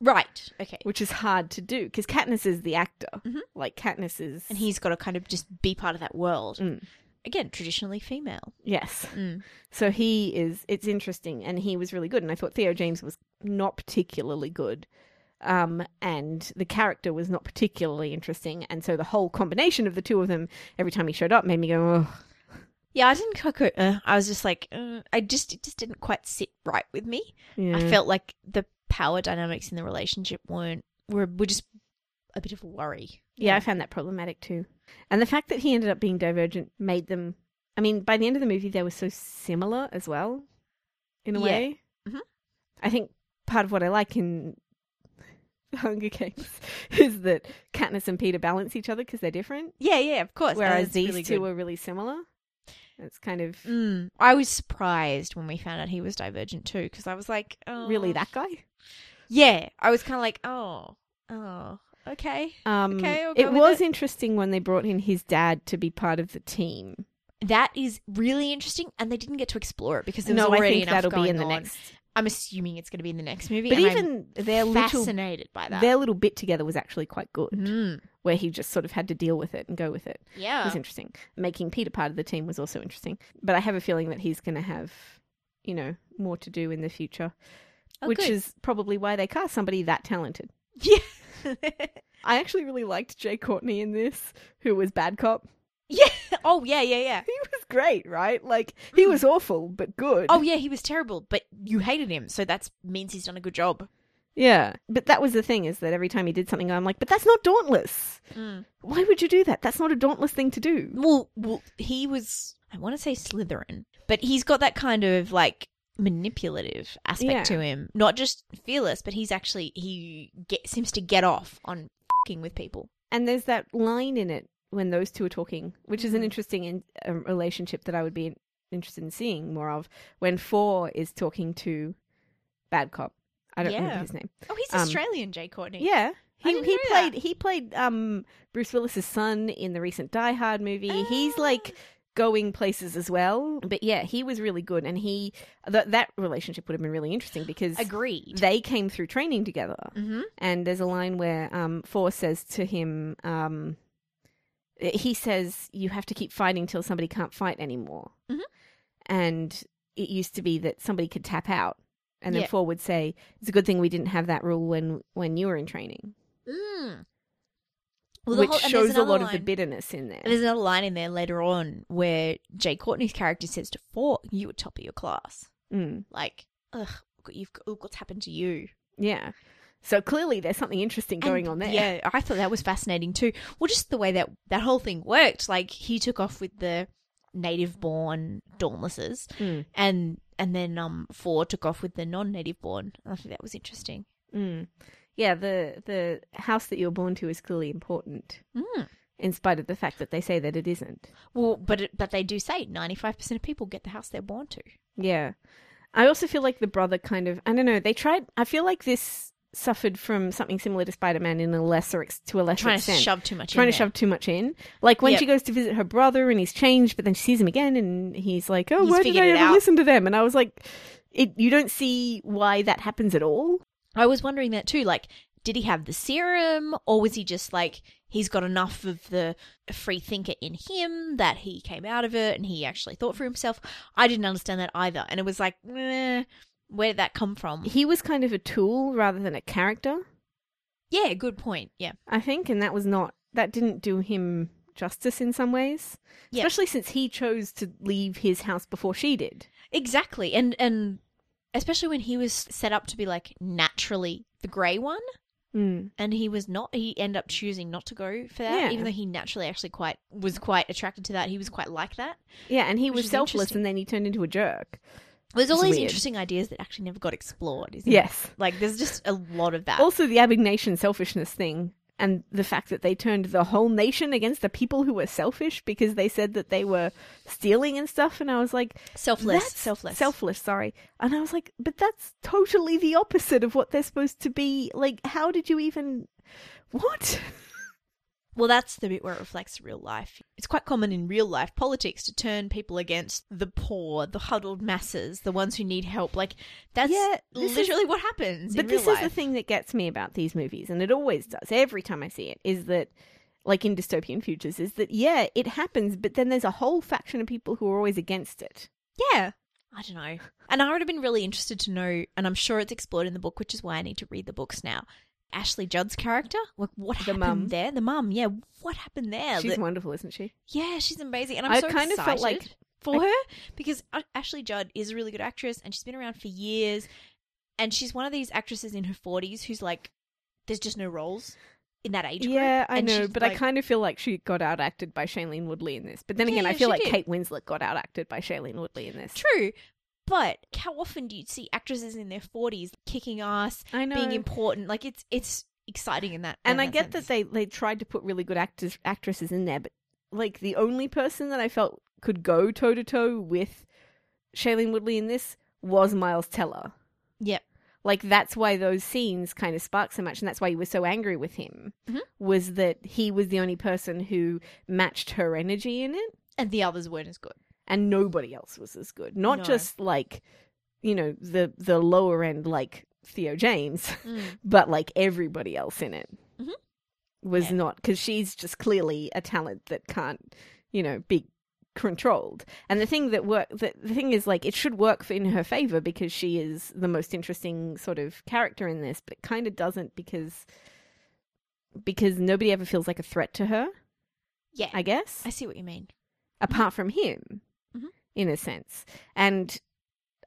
B: right. Okay,
A: which is hard to do because Katniss is the actor.
B: Mhm.
A: Like Katniss is,
B: and he's got to kind of just be part of that world.
A: Mm.
B: again traditionally female.
A: Yes.
B: Mm.
A: So he is. It's interesting, and he was really good. And I thought Theo James was not particularly good, um, and the character was not particularly interesting. And so the whole combination of the two of them, every time he showed up, made me go, "Oh,
B: Yeah, I didn't quite. go- Uh, I was just like, uh, I just it just didn't quite sit right with me.
A: yeah.
B: I felt like the power dynamics in the relationship weren't were were just a bit of a worry.
A: Yeah, I found that problematic too. And the fact that he ended up being divergent made them. I mean, by the end of the movie, they were so similar as well, in a
B: Yeah.
A: way.
B: Mhm.
A: I think part of what I like in Hunger Games is that Katniss and Peter balance each other because they're different,
B: yeah, yeah, of course.
A: whereas these two are really similar. It's kind of
B: Mm, I was surprised when we found out he was divergent too, because I was like, oh,
A: really that guy.
B: Yeah, I was kind of like, oh, oh, okay.
A: Um,
B: Okay, I'll go
A: it
B: with
A: was
B: it.
A: interesting when they brought in his dad to be part of the team.
B: That is really interesting, and they didn't get to explore it because there was
A: No, I
B: already
A: think
B: enough
A: that'll be
B: going
A: in the
B: on.
A: next.
B: I'm assuming it's going to be in the next movie,
A: But
B: and
A: even their
B: I'm
A: little
B: fascinated by that.
A: their little bit together was actually quite good,
B: Mm,
A: where he just sort of had to deal with it and go with it. It
B: yeah,
A: was interesting. Making Peter part of the team was also interesting. But I have a feeling that he's going to have, you know, more to do in the future,
B: Oh,
A: which
B: good.
A: is probably why they cast somebody that talented.
B: yeah,
A: I actually really liked Jay Courtney in this, who was bad cop.
B: oh yeah, yeah, yeah.
A: He was great, right? Like he was awful but good.
B: Oh yeah, he was terrible, but you hated him, so that means he's done a good job.
A: yeah. But that was the thing is that every time he did something, I'm like, but that's not dauntless. Why would you do that? That's not a dauntless thing to do.
B: Well, well, he was. I want to say Slytherin, but he's got that kind of like manipulative aspect
A: Yeah.
B: to him. Not just fearless, but he's actually he get, seems to get off on fing with people.
A: and there's that line in it when those two are talking, which is an
B: Mhm.
A: interesting in, um, relationship that I would be in- interested in seeing more of. When Four is talking to Bad Cop, I don't remember
B: Yeah.
A: his name.
B: Oh, he's
A: Um,
B: Australian, Jay Courtney.
A: Yeah,
B: I
A: he
B: didn't
A: he
B: know
A: played he played um, Bruce Willis's son in the recent Die Hard movie. He's
B: Ah.
A: like going places as well, but yeah, he was really good, and he th- that relationship would have been really interesting because
B: agreed.
A: they came through training together.
B: mm-hmm.
A: And there's a line where um, Four says to him, um, he says, you have to keep fighting till somebody can't fight anymore.
B: Mhm.
A: And it used to be that somebody could tap out. And then
B: Yeah.
A: Four would say, it's a good thing we didn't have that rule when, when you were in training.
B: Mm. Well, the
A: which
B: whole- and there's
A: shows a lot
B: another
A: of the
B: line-
A: bitterness in there.
B: And there's another line in there later on where Jay Courtney's character says to Four, "You were top of your class."
A: Mm,
B: Like, ugh, you've got, look what's happened to you.
A: yeah. So clearly there's something interesting going
B: And,
A: on there.
B: Yeah, I thought that was fascinating too. Well, just the way that that whole thing worked. Like he took off with the native-born dauntlesses,
A: Mm.
B: and and then um four took off with the non-native-born. I think that was interesting.
A: Mm. Yeah, the, the house that you're born to is clearly important,
B: Mm.
A: in spite of the fact that they say that it isn't.
B: Well, but it, but they do say ninety-five percent of people get the house they're born to.
A: Yeah. I also feel like the brother kind of I don't know, they tried I feel like this suffered from something similar to Spider-Man in a lesser ex, to a lesser
B: Trying
A: extent.
B: to shove too much.
A: trying
B: in
A: to
B: there.
A: shove too much in. Like when
B: Yep.
A: she goes to visit her brother and he's changed but then she sees him again and he's like, "Oh,
B: He's
A: why did
B: figured
A: I
B: it
A: ever
B: out."
A: listen to them?" And I was like, it, you don't see why that happens at all.
B: I was wondering that too. Like, did he have the serum, or was he just like he's got enough of the free thinker in him that he came out of it and he actually thought for himself? I didn't understand that either, and it was like, meh, where did that come from?
A: He was kind of a tool rather than a character,
B: Yeah, good point. Yeah,
A: I think, and that was not that didn't do him justice in some ways.
B: Yep.
A: Especially since he chose to leave his house before she did.
B: exactly, and and especially when he was set up to be like naturally the grey one,
A: Mm.
B: and he was not. He ended up choosing not to go for that,
A: Yeah.
B: even though he naturally actually quite was quite attracted to that. He was quite like that.
A: Yeah, and he
B: Which
A: was
B: is
A: selfless
B: interesting.
A: and then he turned into a jerk.
B: There's all
A: It's
B: these
A: weird.
B: interesting ideas that actually never got explored. Isn't there?
A: Yes.
B: Like there's just a lot of that.
A: Also, the abnegation selfishness thing and the fact that they turned the whole nation against the people who were selfish because they said that they were stealing and stuff. And I was like,
B: selfless,
A: that's-
B: selfless,
A: Selfless, sorry. And I was like, but that's totally the opposite of what they're supposed to be. Like, how did you even. What?
B: Well, that's the bit where it reflects real life. It's quite common in real life politics to turn people against the poor, the huddled masses, the ones who need help. Like that's
A: Yeah, this is-
B: literally what happens.
A: But
B: in real
A: this is
B: life.
A: the thing that gets me about these movies, and it always does every time I see it, is that like in dystopian futures, is that yeah, it happens, but then there's a whole faction of people who are always against it.
B: Yeah. I don't know. And I would have been really interested to know, and I'm sure it's explored in the book, which is why I need to read the books now. Ashley Judd's character, like what happened
A: mum.
B: there? The mum, yeah, what happened there?
A: She's
B: That-
A: wonderful, isn't she?
B: yeah, she's amazing, and I'm
A: I
B: so
A: kind of felt
B: excited
A: like-
B: for her because A- Ashley Judd is a really good actress, and she's been around for years, and she's one of these actresses in her 40s who's like, there's just no roles in that age group.
A: Yeah, I
B: and
A: know,
B: she's
A: but I
B: like-
A: kind of feel like she got out acted by Shailene Woodley in this. But then
B: Yeah,
A: again, I
B: yeah,
A: feel
B: she
A: like
B: did.
A: Kate Winslet got out acted by Shailene Woodley in this.
B: True. But how often do you see actresses in their forties kicking ass,
A: I know.
B: being important? Like it's it's exciting in that.
A: and
B: in
A: I get
B: sense.
A: that they they tried to put really good actors actresses in there, but like the only person that I felt could go toe to toe with Shailene Woodley in this was Miles Teller.
B: Yep.
A: Like that's why those scenes kind of sparked so much, and that's why you were so angry with him.
B: Mhm.
A: Was that he was the only person who matched her energy in it,
B: and the others weren't as good.
A: and nobody else was as good. Not
B: No.
A: just like, you know, the the lower end like Theo James, but like everybody else in it
B: Mhm.
A: was
B: Yeah.
A: not because she's just clearly a talent that can't you know be controlled and the thing that work the, the thing is like it should work for, in her favor because she is the most interesting sort of character in this but it kind of doesn't because because nobody ever feels like a threat to her
B: Yeah,
A: i
B: I,
A: guess
B: see what you mean. Mm-hmm.
A: apart from him
B: Mhm.
A: in a sense and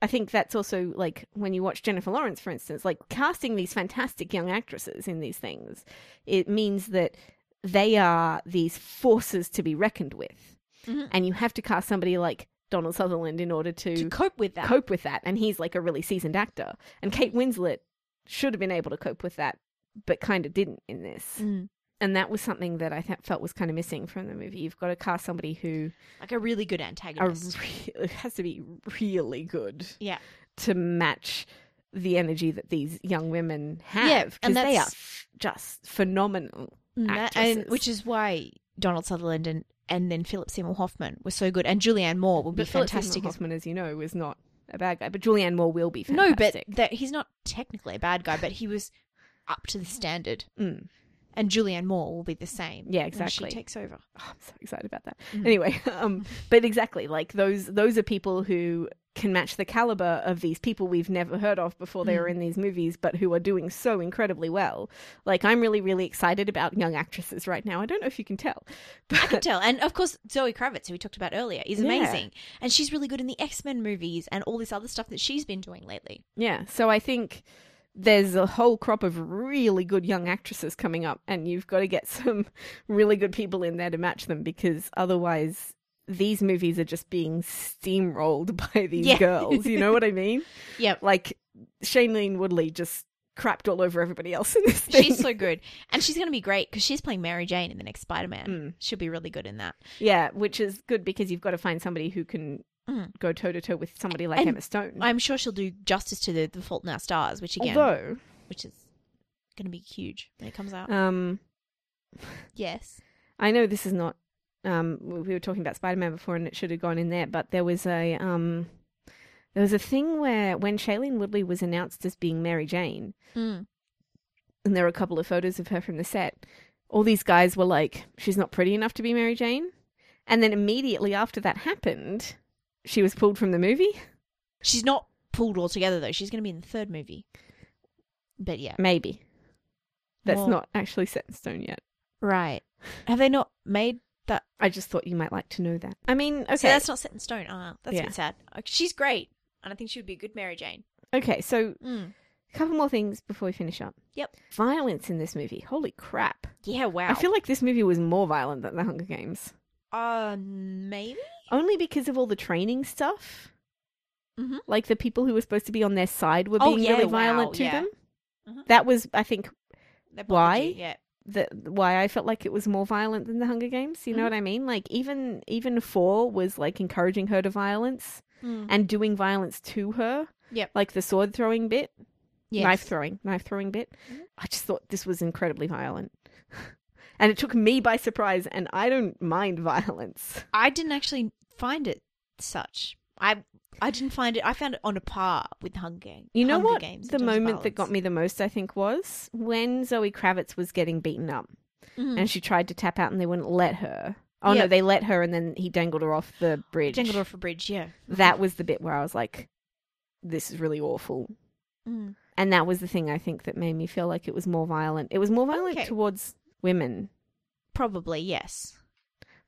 A: i think that's also like when you watch jennifer lawrence for instance like casting these fantastic young actresses in these things it means that they are these forces to be reckoned with
B: Mhm.
A: and you have to cast somebody like donald sutherland in order to,
B: To cope with that, Mm-hmm.
A: cope with that and he's like a really seasoned actor and kate winslet should have been able to cope with that but kind of didn't in this
B: Mm.
A: and that was something that i th- felt was kind of missing from the movie you've got to cast somebody who
B: like a really good
A: a
B: antagonist.
A: re- it has to be really good
B: Yeah.
A: to match the energy that these young women have
B: Yeah,
A: and
B: and
A: they are
B: that's-
A: f- just phenomenal
B: Mm, that- and
A: actresses.
B: which is why Donald Sutherland and and then Philip Seymour Hoffman were so good, and Julianne Moore would be
A: but Philip Seymour
B: fantastic. as
A: Hoffman as you know was not a bad guy but Julianne Moore will be
B: No, but
A: fantastic
B: that he's not technically a bad guy, but he was up to the standard.
A: Mm.
B: And Julianne Moore will be the same.
A: yeah
B: when
A: exactly
B: She takes over.
A: Oh, I'm so excited about that
B: Mm.
A: anyway um but exactly like those those are people who can match the caliber of these people we've never heard of before they were
B: Mm.
A: in these movies but who are doing so incredibly well like i'm really really excited about young actresses right now i don't know if you can tell but
B: could tell. And of course, Zoe Kravitz, who we talked about earlier, is
A: Yeah.
B: amazing. And she's really good in the X Men movies and all this other stuff that she's been doing lately.
A: yeah so i think there's a whole crop of really good young actresses coming up and you've got to get some really good people in there to match them because otherwise these movies are just being steamrolled by these
B: Yeah.
A: girls you know what i mean
B: Yep.
A: like Shailene Woodley just crapped all over everybody else in this thing.
B: She's so good. And she's going to be great because she's playing Mary Jane in the next Spider Man.
A: Mm.
B: She'll be really good in that.
A: yeah, which is good because you've got to find somebody who can
B: Mm.
A: go toe to toe with somebody like
B: And
A: Emma Stone.
B: I'm sure she'll do justice to the, the Fault in Our Stars, which again,
A: Although,
B: which is going to be huge when it comes out.
A: um,
B: yes.
A: I know this is not. Um, we we were talking about Spider Man before, and it should have gone in there, but there was a um, there was a thing where when Shailene Woodley was announced as being Mary Jane,
B: Mm.
A: and there were a couple of photos of her from the set, all these guys were like, she's not pretty enough to be Mary Jane. And then immediately after that happened, she was pulled from the movie.
B: She's not pulled all together, though. She's going to be in the third movie. But yeah.
A: Maybe. That's
B: Well-
A: not actually set in stone yet.
B: Right. Have they not made that?
A: I just thought you might like to know that. I mean, okay.
B: So that's not set in stone. Ah, that's
A: Yeah.
B: a bit sad. Uh, She's great, and I think she would be a good Mary Jane.
A: okay, so
B: Mm.
A: a couple more things before we finish up.
B: Yep.
A: Violence in this movie. Holy crap.
B: Yeah. Wow.
A: I feel like this movie was more violent than The Hunger Games.
B: Uh, maybe.
A: Only because of all the training stuff.
B: Mhm.
A: Like the people who were supposed to be on their side were
B: Oh,
A: being
B: yeah,
A: really
B: wow,
A: violent to
B: yeah.
A: them.
B: Mhm.
A: That was, I think,
B: That bothered
A: Why?
B: you, Yeah.
A: the, why I felt like it was more violent than The Hunger Games. You know
B: Mhm.
A: what I mean? Like even even four was like encouraging her to violence.
B: Mm.
A: and doing violence to her.
B: Yep.
A: Like the sword throwing bit,
B: Yes.
A: knife throwing, knife throwing bit.
B: Mhm.
A: I just thought this was incredibly violent. and it took me by surprise, and I don't mind violence.
B: I didn't actually find it such. I I didn't find it. I found it on a par with Hunger Games.
A: You know
B: Hunger
A: what?
B: Games in
A: the
B: terms of
A: moment that got
B: violence.
A: me the most, I think, was when Zoe Kravitz was getting beaten up
B: Mhm.
A: and she tried to tap out and they wouldn't let her. Oh no,
B: Yep.
A: they let her and then he dangled her off the bridge.
B: Jangled off a bridge, yeah.
A: That was the bit where I was like, this is really awful.
B: Mm.
A: And that was the thing I think that made me feel like it was more violent. It was more violent
B: Okay.
A: towards women,
B: Probably, yes.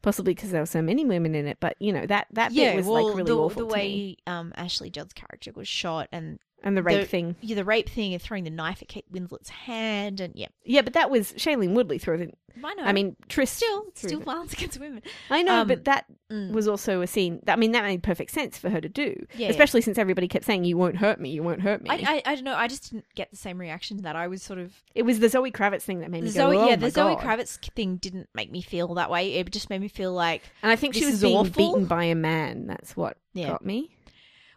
A: possibly because there were so many women in it, but you know, that, that bit was like really
B: the,
A: awful.
B: the
A: to
B: way
A: me.
B: um, Ashley Judd's character was shot and
A: And the rape
B: the-
A: thing.
B: yeah, the rape thing and throwing the knife at Kate Winslet's hand and yeah,
A: Yeah, but that was Shailene Woodley through the.
B: I know.
A: I mean, Tris.
B: still, it's
A: through
B: still
A: the-
B: violence against women.
A: I know,
B: um,
A: but that
B: Mm.
A: was also a scene. That, I mean, that made perfect sense for her to do.
B: Yeah, yeah.
A: especially since everybody kept saying, you won't hurt me, you won't hurt me.
B: I, I I don't know. I just didn't get the same reaction to that. I was sort of
A: it was the Zoe Kravitz thing that made me
B: the
A: go,
B: Zoe.
A: oh
B: yeah,
A: my
B: the Zoe
A: God."
B: Kravitz thing didn't make me feel that way. It just made me feel like
A: And I think she
B: This
A: was
B: is
A: being
B: awful.
A: beaten by a man. That's what
B: Yeah.
A: got me.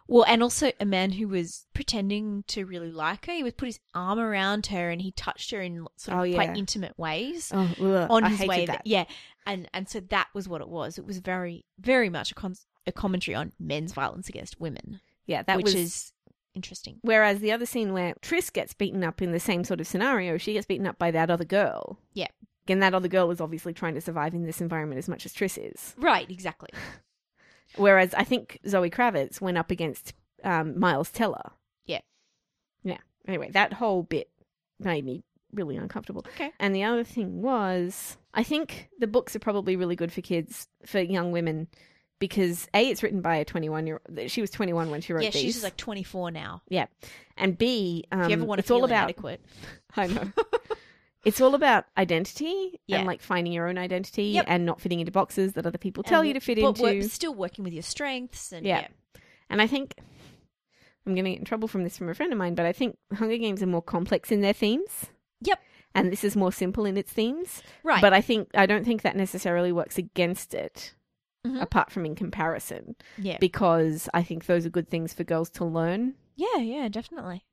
B: well, and also a man who was pretending to really like her. He would put his arm around her and he touched her in sort of
A: Oh, yeah.
B: quite intimate ways.
A: Oh, ugh,
B: on
A: I
B: his
A: hated
B: way there.
A: that.
B: Yeah, and and so that was what it was. It was very very much a, con- a commentary on men's violence against women,
A: Yeah, that
B: which
A: was.
B: is interesting.
A: Whereas the other scene where Tris gets beaten up in the same sort of scenario, she gets beaten up by that other girl.
B: Yeah.
A: And that other girl is obviously trying to survive in this environment as much as Tris is.
B: Right, exactly.
A: Whereas I think Zoe Kravitz went up against um, Miles Teller.
B: Yeah.
A: Yeah. Anyway, that whole bit made me really uncomfortable.
B: Okay.
A: And the other thing was, I think the books are probably really good for kids, for young women, because A, it's written by a 21 year old. She was 21 when she wrote
B: Yeah,
A: these.
B: she's like 24 now.
A: yeah. And B, um,
B: If you ever want to
A: it's all
B: feel
A: about,
B: inadequate,
A: I know. It's all about identity
B: Yeah.
A: and like finding your own identity
B: Yep.
A: and not fitting into boxes that other people tell
B: And-
A: you to fit
B: Um, but
A: into.
B: we're still working with your strengths and
A: Yeah.
B: yeah,
A: And I think I'm going to get in trouble from this from a friend of mine, but I think Hunger Games are more complex in their themes.
B: Yep.
A: And this is more simple in its themes.
B: right.
A: But I think I don't think that necessarily works against it,
B: Mhm.
A: apart from in comparison,
B: yeah,
A: because I think those are good things for girls to learn.
B: yeah, yeah, definitely.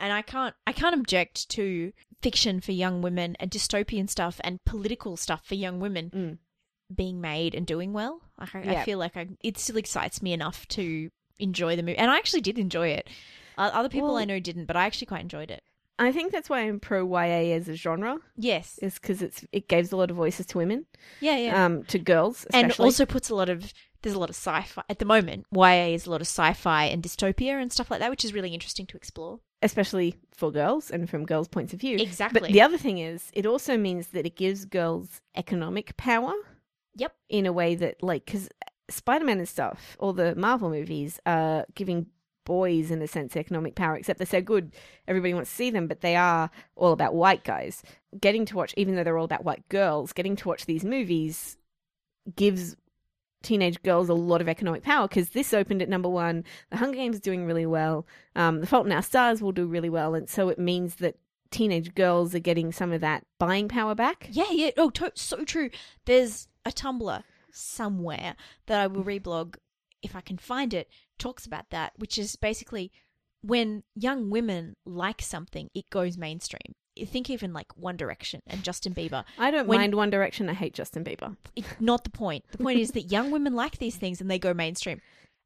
B: And I can't I can't object to fiction for young women and dystopian stuff and political stuff for young women
A: Mm.
B: being made and doing well. Like, I,
A: Yeah.
B: I feel like I, it still excites me enough to enjoy the movie, and I actually did enjoy it. Uh, other people I
A: Well-
B: know didn't, but I actually quite enjoyed it.
A: I think that's why I'm pro YA as a genre,
B: Yes,
A: is because it's it gives a lot of voices to women,
B: yeah, yeah,
A: um, to girls, especially.
B: and also puts a lot of there's a lot of sci-fi at the moment. YA is a lot of sci-fi and dystopia and stuff like that, which is really interesting to explore.
A: especially for girls and from girls' points of view. But
B: Exactly.
A: the other thing is, it also means that it gives girls economic power.
B: Yep.
A: In a way that, like, because Spider Man and stuff, all the Marvel movies are giving boys, in a sense, economic power, except they're so good, everybody wants to see them, but they are all about white guys. Getting to watch, even though they're all about white girls, getting to watch these movies gives teenage girls a lot of economic power because this opened at number one. The Hunger Games is doing really well. Um, the Fault in Our Stars will do really well, and so it means that teenage girls are getting some of that buying power back.
B: Yeah, yeah. Oh, to- so true. There's a Tumblr somewhere that I will reblog if I can find it. Talks about that, which is basically when young women like something, it goes mainstream. You Think even like One Direction and Justin Bieber.
A: I don't
B: When-
A: mind One Direction. I hate Justin Bieber.
B: It's not the point. The point is that young women like these things and they go mainstream.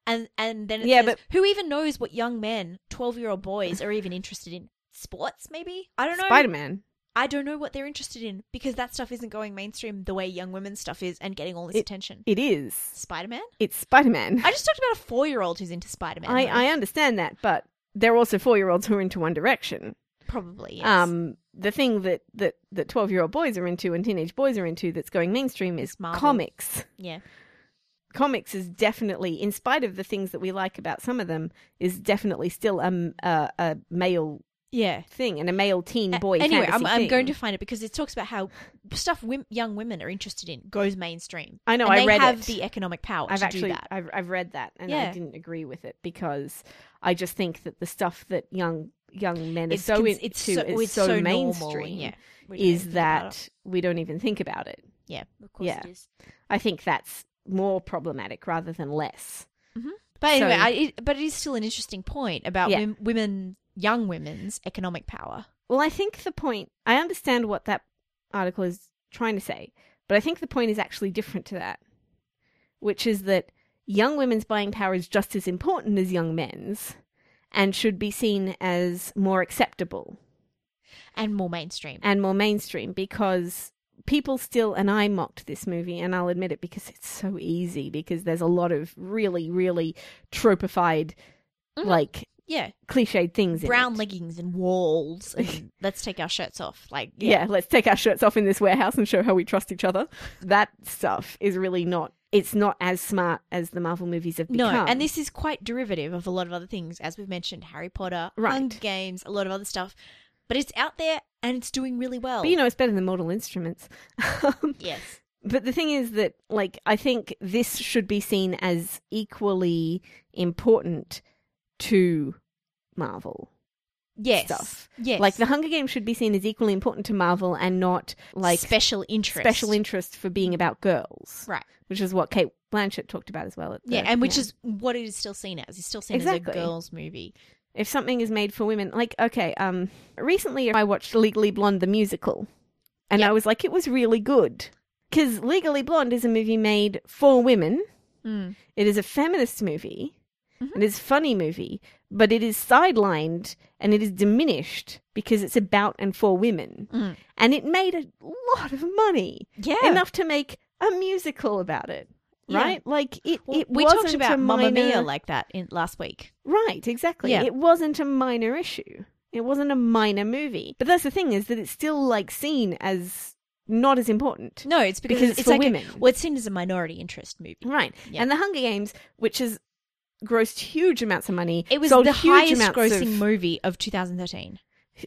B: And and then it
A: Yeah,
B: says,
A: but-
B: who even knows what young men, twelve year old boys, are even interested in? Sports, maybe? I don't know.
A: Spider Man.
B: I don't know what they're interested in because that stuff isn't going mainstream the way young women's stuff is and getting all this attention.
A: It is.
B: Spider Man?
A: It's Spider Man.
B: I just talked about a four year old who's into Spider Man.
A: I, I understand that, but there are also four year olds who are into One Direction.
B: probably yes.
A: Um, the thing that that that twelve year old boys are into and teenage boys are into that's going mainstream is
B: It's Marvel.
A: comics.
B: yeah.
A: comics is definitely, in spite of the things that we like about some of them, is definitely still a, a, a male
B: Yeah.
A: thing and a male teen
B: A-
A: boy.
B: anyway, I'm,
A: fantasy
B: I'm
A: thing.
B: going to find it because it talks about how stuff wim- young women are interested in goes mainstream.
A: I know.
B: and
A: I
B: they
A: read
B: have
A: it.
B: the economic power
A: I've
B: to do
A: actually
B: that.
A: I've, I've read that and I
B: Yeah.
A: didn't agree with it because I just think that the stuff that young young men are
B: It's
A: so
B: con-
A: into
B: it's so,
A: is
B: it's
A: so,
B: so normal and-
A: mainstream
B: yeah, we don't
A: is
B: even think about it.
A: that we don't even think about it.
B: yeah, of course
A: yeah.
B: it is.
A: I think that's more problematic rather than less.
B: But anyway,
A: So-
B: I, it, but it is still an interesting point about
A: Yeah.
B: wom- women, young women's economic power.
A: Well, I think the point, I understand what that article is trying to say, but I think the point is actually different to that, which is that young women's buying power is just as important as young men's and should be seen as more acceptable
B: and more mainstream.
A: and more mainstream because people still, and I mocked this movie, and I'll admit it because it's so easy because there's a lot of really, really tropified,
B: Mhm.
A: like
B: Yeah.
A: cliched things in
B: Brown
A: it.
B: leggings and walls. And let's take our shirts off. Like,
A: yeah, let's take our shirts off in this warehouse and show how we trust each other. That stuff is really not. It's not as smart as the Marvel movies have
B: No,
A: become.
B: and this is quite derivative of a lot of other things, as we've mentioned Harry Potter,
A: Right.
B: Hunger Games, a lot of other stuff. But it's out there and it's doing really well.
A: but you know, it's better than Mortal Instruments. Um,
B: yes.
A: but the thing is that, like, I think this should be seen as equally important to Marvel.
B: Yes.
A: stuff.
B: Yes.
A: Like, The Hunger Games should be seen as equally important to Marvel and not like
B: special interest.
A: special interest for being about girls,
B: Right.
A: which is what Kate Blanchett talked about as well. At the-
B: Yeah, and which is what it is still seen as. It's still seen
A: Exactly.
B: as a girls' movie.
A: if something is made for women like okay um recently i watched legally blonde the musical and
B: Yeah.
A: i was like it was really good because legally blonde is a movie made for women
B: Mm.
A: it is a feminist movie
B: Mm-hmm.
A: and it's a funny movie but it is sidelined and it is diminished because it's about and for women
B: Mm.
A: and it made a lot of money
B: Yeah.
A: enough to make a musical about it
B: Yeah.
A: right like it,
B: Well,
A: it
B: we
A: wasn't
B: talked
A: a
B: about Mamma Mia
A: minor-
B: like that in last week.
A: Right, exactly.
B: Yeah.
A: It wasn't a minor issue. It wasn't a minor movie. But that's the thing is that it's still like seen as not as important.
B: No, it's because,
A: Because it's
B: it's,
A: for
B: like a-
A: women.
B: well, it's seen as a minority interest movie.
A: Right.
B: Yeah.
A: And the Hunger Games, which has grossed huge amounts of money,
B: It was
A: sold
B: the
A: huge
B: highest
A: amounts
B: grossing
A: of,
B: movie of 2013.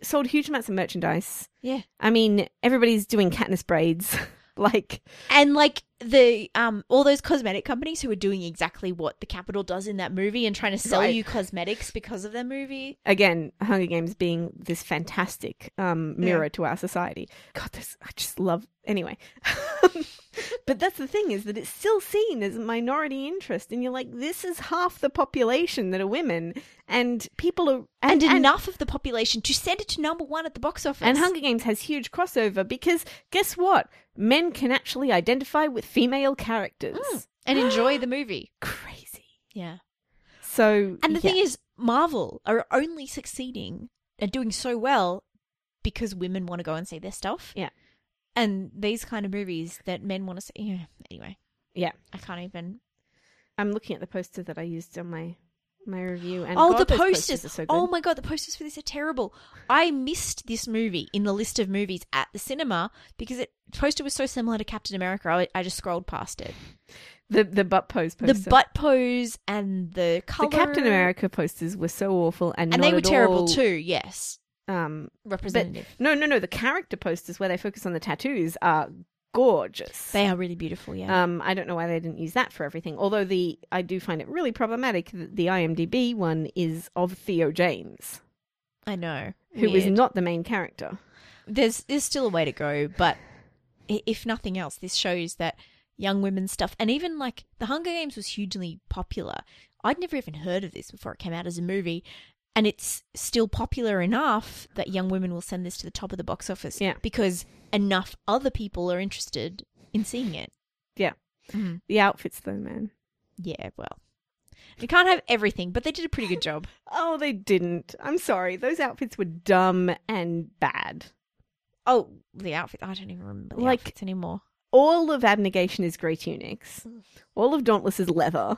A: sold huge amounts of merchandise.
B: Yeah.
A: I mean, everybody's doing Katniss braids. like
B: And like the um all those cosmetic companies who are doing exactly what the Capitol does in that movie and trying to sell
A: Right.
B: you cosmetics because of their movie.
A: again, Hunger Games being this fantastic um, mirror to our society. God, this I just love. Anyway, but that's the thing is that it's still seen as a minority interest, and you're like, this is half the population that are women, and people are
B: And, enough of the population to send it to number one at the box office.
A: And Hunger Games has huge crossover because guess what? Men can actually identify with female characters.
B: and enjoy the movie.
A: Crazy.
B: Yeah.
A: So
B: And the
A: yeah.
B: thing is, Marvel are only succeeding and doing so well because women want to go and see their stuff.
A: Yeah.
B: And these kind of movies that men want to see. Yeah. Anyway.
A: Yeah.
B: I can't even.
A: I'm looking at the poster that I used on my my review, and
B: oh,
A: God,
B: the
A: those
B: posters.
A: are so good.
B: oh my God, the posters for this are terrible. I missed this movie in the list of movies at the cinema because it the poster was so similar to Captain America. I, I just scrolled past it.
A: The the butt pose poster.
B: The butt pose and the
A: The
B: color.
A: Captain America posters were so awful, and
B: And
A: not
B: they were
A: at
B: terrible
A: all,
B: too, yes.
A: Um, but
B: Representative.
A: no, no, no. The character posters where they focus on the tattoos are gorgeous.
B: they are really beautiful, yeah.
A: um, I don't know why they didn't use that for everything. Although the I do find it really problematic that the IMDb one is of Theo James,
B: I know.
A: who is
B: Weird.
A: not the main character.
B: there's there's still a way to go, but i- if nothing else, this shows that young women's stuff and even like the Hunger Games was hugely popular. I'd never even heard of this before it came out as a movie. And it's still popular enough that young women will send this to the top of the box office
A: Yeah.
B: because enough other people are interested in seeing it.
A: Yeah.
B: Mhm.
A: The outfits, though, man.
B: Yeah, well. We can't have everything, but they did a pretty good job.
A: Oh, they didn't. I'm sorry. Those outfits were dumb and bad.
B: Oh, the outfit. I don't even remember the
A: Like-
B: outfits anymore.
A: All of Abnegation is grey tunics. All of Dauntless is leather.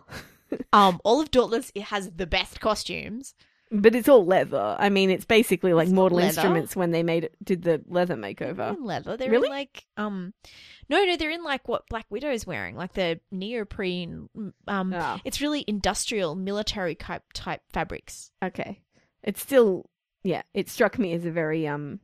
B: Um, all of Dauntless it has the best costumes.
A: But it's all leather. I mean, it's basically like
B: It's
A: Mortal
B: leather?
A: Instruments when they made it, did the leather
B: They're
A: makeover.
B: in leather. They're
A: Really?
B: in like um, no, no, they're in like what Black Widow's wearing, like the neoprene. Um,
A: Ah.
B: it's really industrial, military type type fabrics.
A: Okay, it's still yeah. It struck me as a very um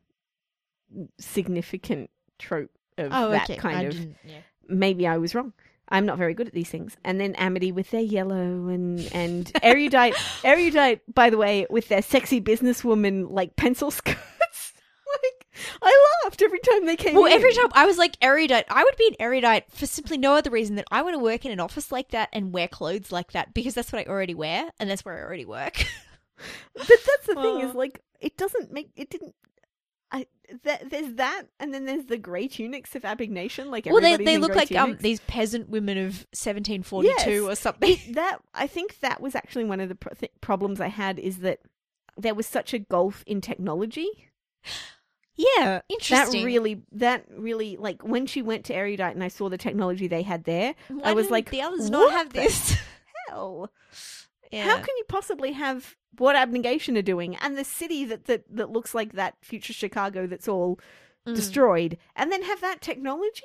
A: significant trope of
B: Oh,
A: that kind of.
B: yeah.
A: Maybe I was wrong. I'm not very good at these things. And then Amity with their yellow and and erudite erudite. By the way, with their sexy businesswoman like pencil skirts. like I laughed every time they came.
B: Well, every
A: in.
B: time I was like erudite, I would be an erudite for simply no other reason than I want to work in an office like that and wear clothes like that because that's what I already wear and that's where I already work.
A: But that's the thing
B: Oh.
A: is like it doesn't make it didn't. I th- there's that, and then there's the grey tunics of abnegation. Like
B: well, they
A: everybody's
B: they
A: in
B: look
A: grey
B: like um
A: tunics.
B: these peasant women of 1742 or something.
A: It- that I think that was actually one of the pro- th- problems I had is that there was such a gulf in technology
B: Yeah,
A: That
B: interesting.
A: really, that really, like when she went to Erudite and I saw the technology they had there,
B: Why
A: I was
B: didn't
A: like,
B: the others
A: "What
B: not have
A: the
B: this.
A: hell,
B: yeah.
A: how can you possibly have what abnegation are doing and the city that that, that looks like that future Chicago that's all
B: Mm.
A: destroyed, and then have that technology?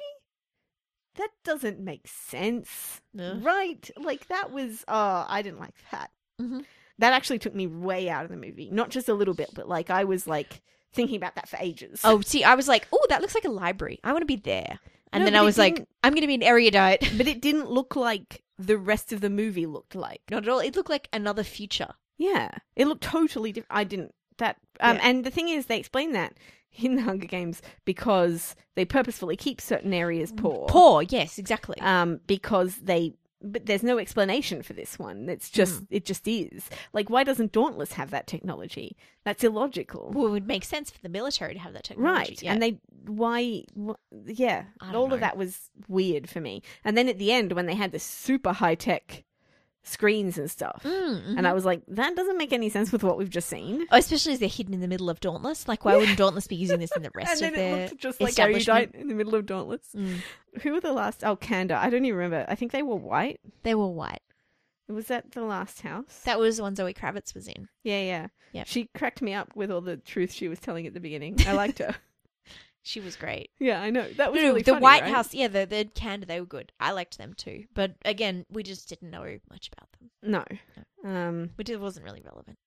A: That doesn't make sense,
B: Ugh.
A: right? Like that was, uh, I didn't like that.
B: Mhm.
A: That actually took me way out of the movie, not just a little bit, but like I was like thinking about that for ages.
B: Oh, see, I was like, oh, that looks like a library. I want to be there. And
A: No,
B: then
A: but
B: I
A: it
B: was like,
A: didn't-
B: I'm going to be an erudite.
A: but it didn't look like the rest of the movie looked like.
B: Not at all. It looked like another future.
A: Yeah, it looked totally different. I didn't that. Um,
B: Yeah.
A: And the thing is, they explain that in the Hunger Games because they purposefully keep certain areas poor.
B: Mm. Poor, yes, exactly.
A: Um, because they. But there's no explanation for this one. It's
B: Mm.
A: just it just is. Like, why doesn't Dauntless have that technology? That's illogical,
B: well, it would make sense for the military to have that technology.
A: right?
B: Yeah.
A: And they why? Wh- yeah,
B: I don't
A: all
B: know.
A: of that was weird for me. And then at the end, when they had the super high tech screens and stuff,
B: Mm, mhm.
A: and I was like, that doesn't make any sense with what we've just seen.
B: Oh, especially as they're hidden in the middle of Dauntless. Like, why wouldn't Dauntless be using this in the rest
A: and
B: of
A: then
B: their
A: it looked just like
B: establishment?
A: erudite in the middle of Dauntless.
B: Mm.
A: Who were the last? Oh, Kanda. I don't even remember. I think they were white.
B: They were white.
A: Was that the last house?
B: That was the one Zoe Kravitz was in.
A: yeah, yeah,
B: Yep.
A: She cracked me up with all the truth she was telling at the beginning. I liked her.
B: She was great.
A: yeah, I know that was
B: No, no,
A: really
B: the
A: funny,
B: White
A: right?
B: House, yeah, the the Canada, they were good. I liked them too, but again, we just didn't know much about them.
A: No, um,
B: Which it wasn't really relevant.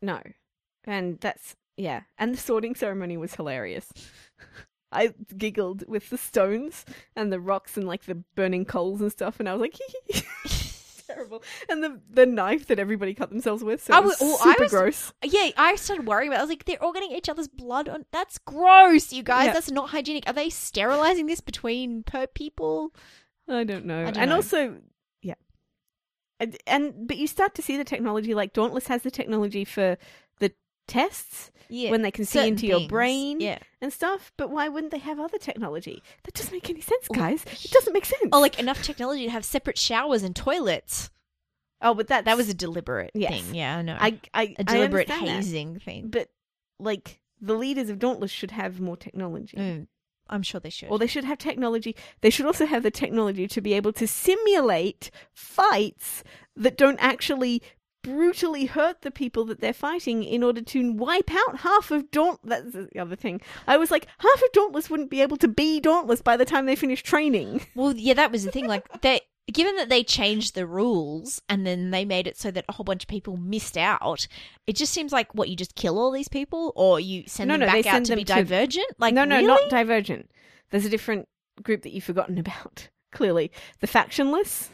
A: no, and that's yeah. And the sorting ceremony was hilarious. I giggled with the stones and the rocks and like the burning coals and stuff, and I was like, terrible. And the the knife that everybody cut themselves with, so
B: I
A: it was
B: was- oh, I
A: super
B: was-
A: gross.
B: Yeah, I started worrying about. It. I was like, they're all getting each other's blood on. That's gross, you guys.
A: Yeah.
B: That's not hygienic. Are they sterilizing this between per people?
A: I don't know.
B: I don't
A: and
B: know.
A: also, yeah. And, and but you start to see the technology like Dauntless has the technology for the tests
B: Yeah,
A: when they can see
B: Certain
A: into your
B: things.
A: brain
B: Yeah,
A: and stuff, but why wouldn't they have other technology? That doesn't make any sense, guys. It doesn't make sense.
B: or Oh, like enough technology to have separate showers and toilets.
A: oh, but that
B: That was a deliberate
A: Yes.
B: thing. Yeah, I know.
A: I I
B: a deliberate
A: I understand
B: hazing
A: that,
B: thing.
A: but like the leaders of Dauntless should have more technology.
B: No, Mm. I'm sure they should.
A: Or they should have technology. They should also have the technology to be able to simulate fights that don't actually brutally hurt the people that they're fighting in order to wipe out half of Daunt. That's the other thing. I was like, half of Dauntless wouldn't be able to be Dauntless by the time they finish training.
B: Well, yeah, that was the thing. Like they, given that they changed the rules and then they made it so that a whole bunch of people missed out, it just seems like what you just kill all these people or you send
A: No,
B: them
A: no,
B: back
A: they
B: out
A: send
B: to
A: them
B: be
A: to-
B: divergent. Like
A: no, no,
B: really?
A: not Divergent. There's a different group that you've forgotten about. Clearly, the factionless.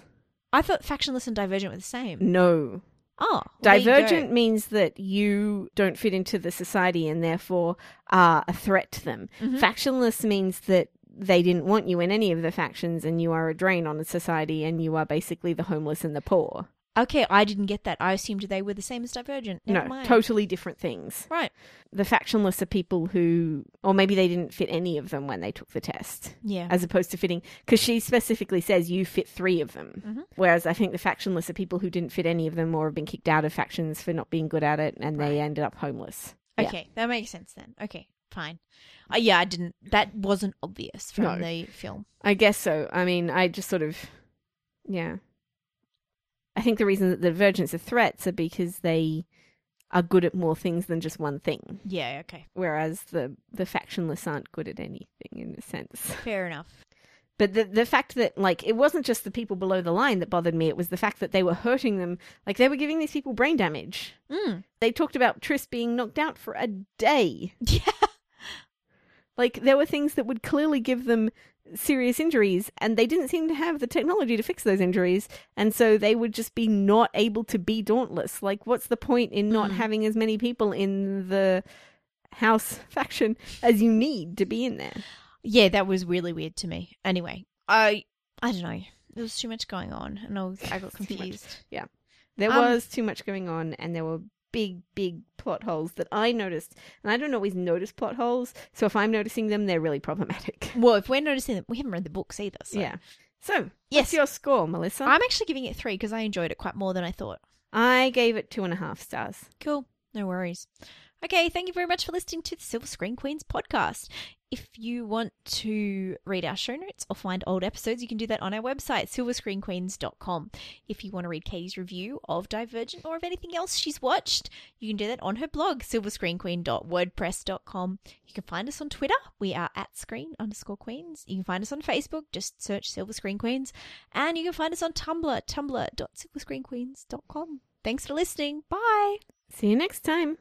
B: I thought factionless and divergent were the same.
A: No,
B: Oh, well, there you go.
A: Divergent means that you don't fit into the society and therefore are a threat to them.
B: Mhm.
A: Factionless means that they didn't want you in any of the factions and you are a drain on a society and you are basically the homeless and the poor.
B: Okay, I didn't get that. I assumed they were the same as divergent. Never
A: no,
B: mind.
A: totally different things.
B: Right.
A: The factionless are people who, or maybe they didn't fit any of them when they took the test.
B: Yeah.
A: As opposed to fitting, because she specifically says you fit three of them.
B: Mhm.
A: Whereas I think the factionless are people who didn't fit any of them or have been kicked out of factions for not being good at it and
B: Right.
A: they ended up homeless. Yeah.
B: okay, that makes sense then. Okay, fine. Uh, yeah, I didn't. That wasn't obvious from
A: No.
B: the film.
A: I guess so. I mean, I just sort of, yeah. I think the reason that the Virgins are threats are because they are good at more things than just one thing,
B: Yeah. Okay.
A: whereas the the factionless aren't good at anything in a sense.
B: Fair enough.
A: But the the fact that like it wasn't just the people below the line that bothered me; it was the fact that they were hurting them. Like they were giving these people brain damage.
B: Mm.
A: They talked about Triss being knocked out for a day.
B: Yeah.
A: Like there were things that would clearly give them serious injuries, and they didn't seem to have the technology to fix those injuries, and so they would just be not able to be dauntless. Like, what's the point in not
B: Mm.
A: having as many people in the house faction as you need to be in there?
B: Yeah, that was really weird to me. Anyway, I I don't know. There was too much going on, and I, was, I got
A: Too much.
B: confused.
A: There
B: Um,
A: was too much going on, and there were big, big plot holes that I noticed, and I don't always notice plot holes, so if I'm noticing them, they're really problematic.
B: Well, if we're noticing that we haven't read the books either, so
A: Yeah. So,
B: yes,
A: what's your score, Melissa?
B: I'm actually giving it three because I enjoyed it quite more than I thought.
A: I gave it two and a half stars.
B: Cool, no worries. Okay, thank you very much for listening to the Silver Screen Queens podcast. If you want to read our show notes or find old episodes, you can do that on our website, silverscreenqueens.com. If you want to read Katie's review of Divergent or of anything else she's watched, you can do that on her blog, silverscreenqueen.wordpress.com. You can find us on Twitter. We are at screen underscore queens. You can find us on Facebook. Just search Silver Screen Queens. And you can find us on Tumblr, tumblr.silverscreenqueens.com. Thanks for listening. Bye.
A: See you next time.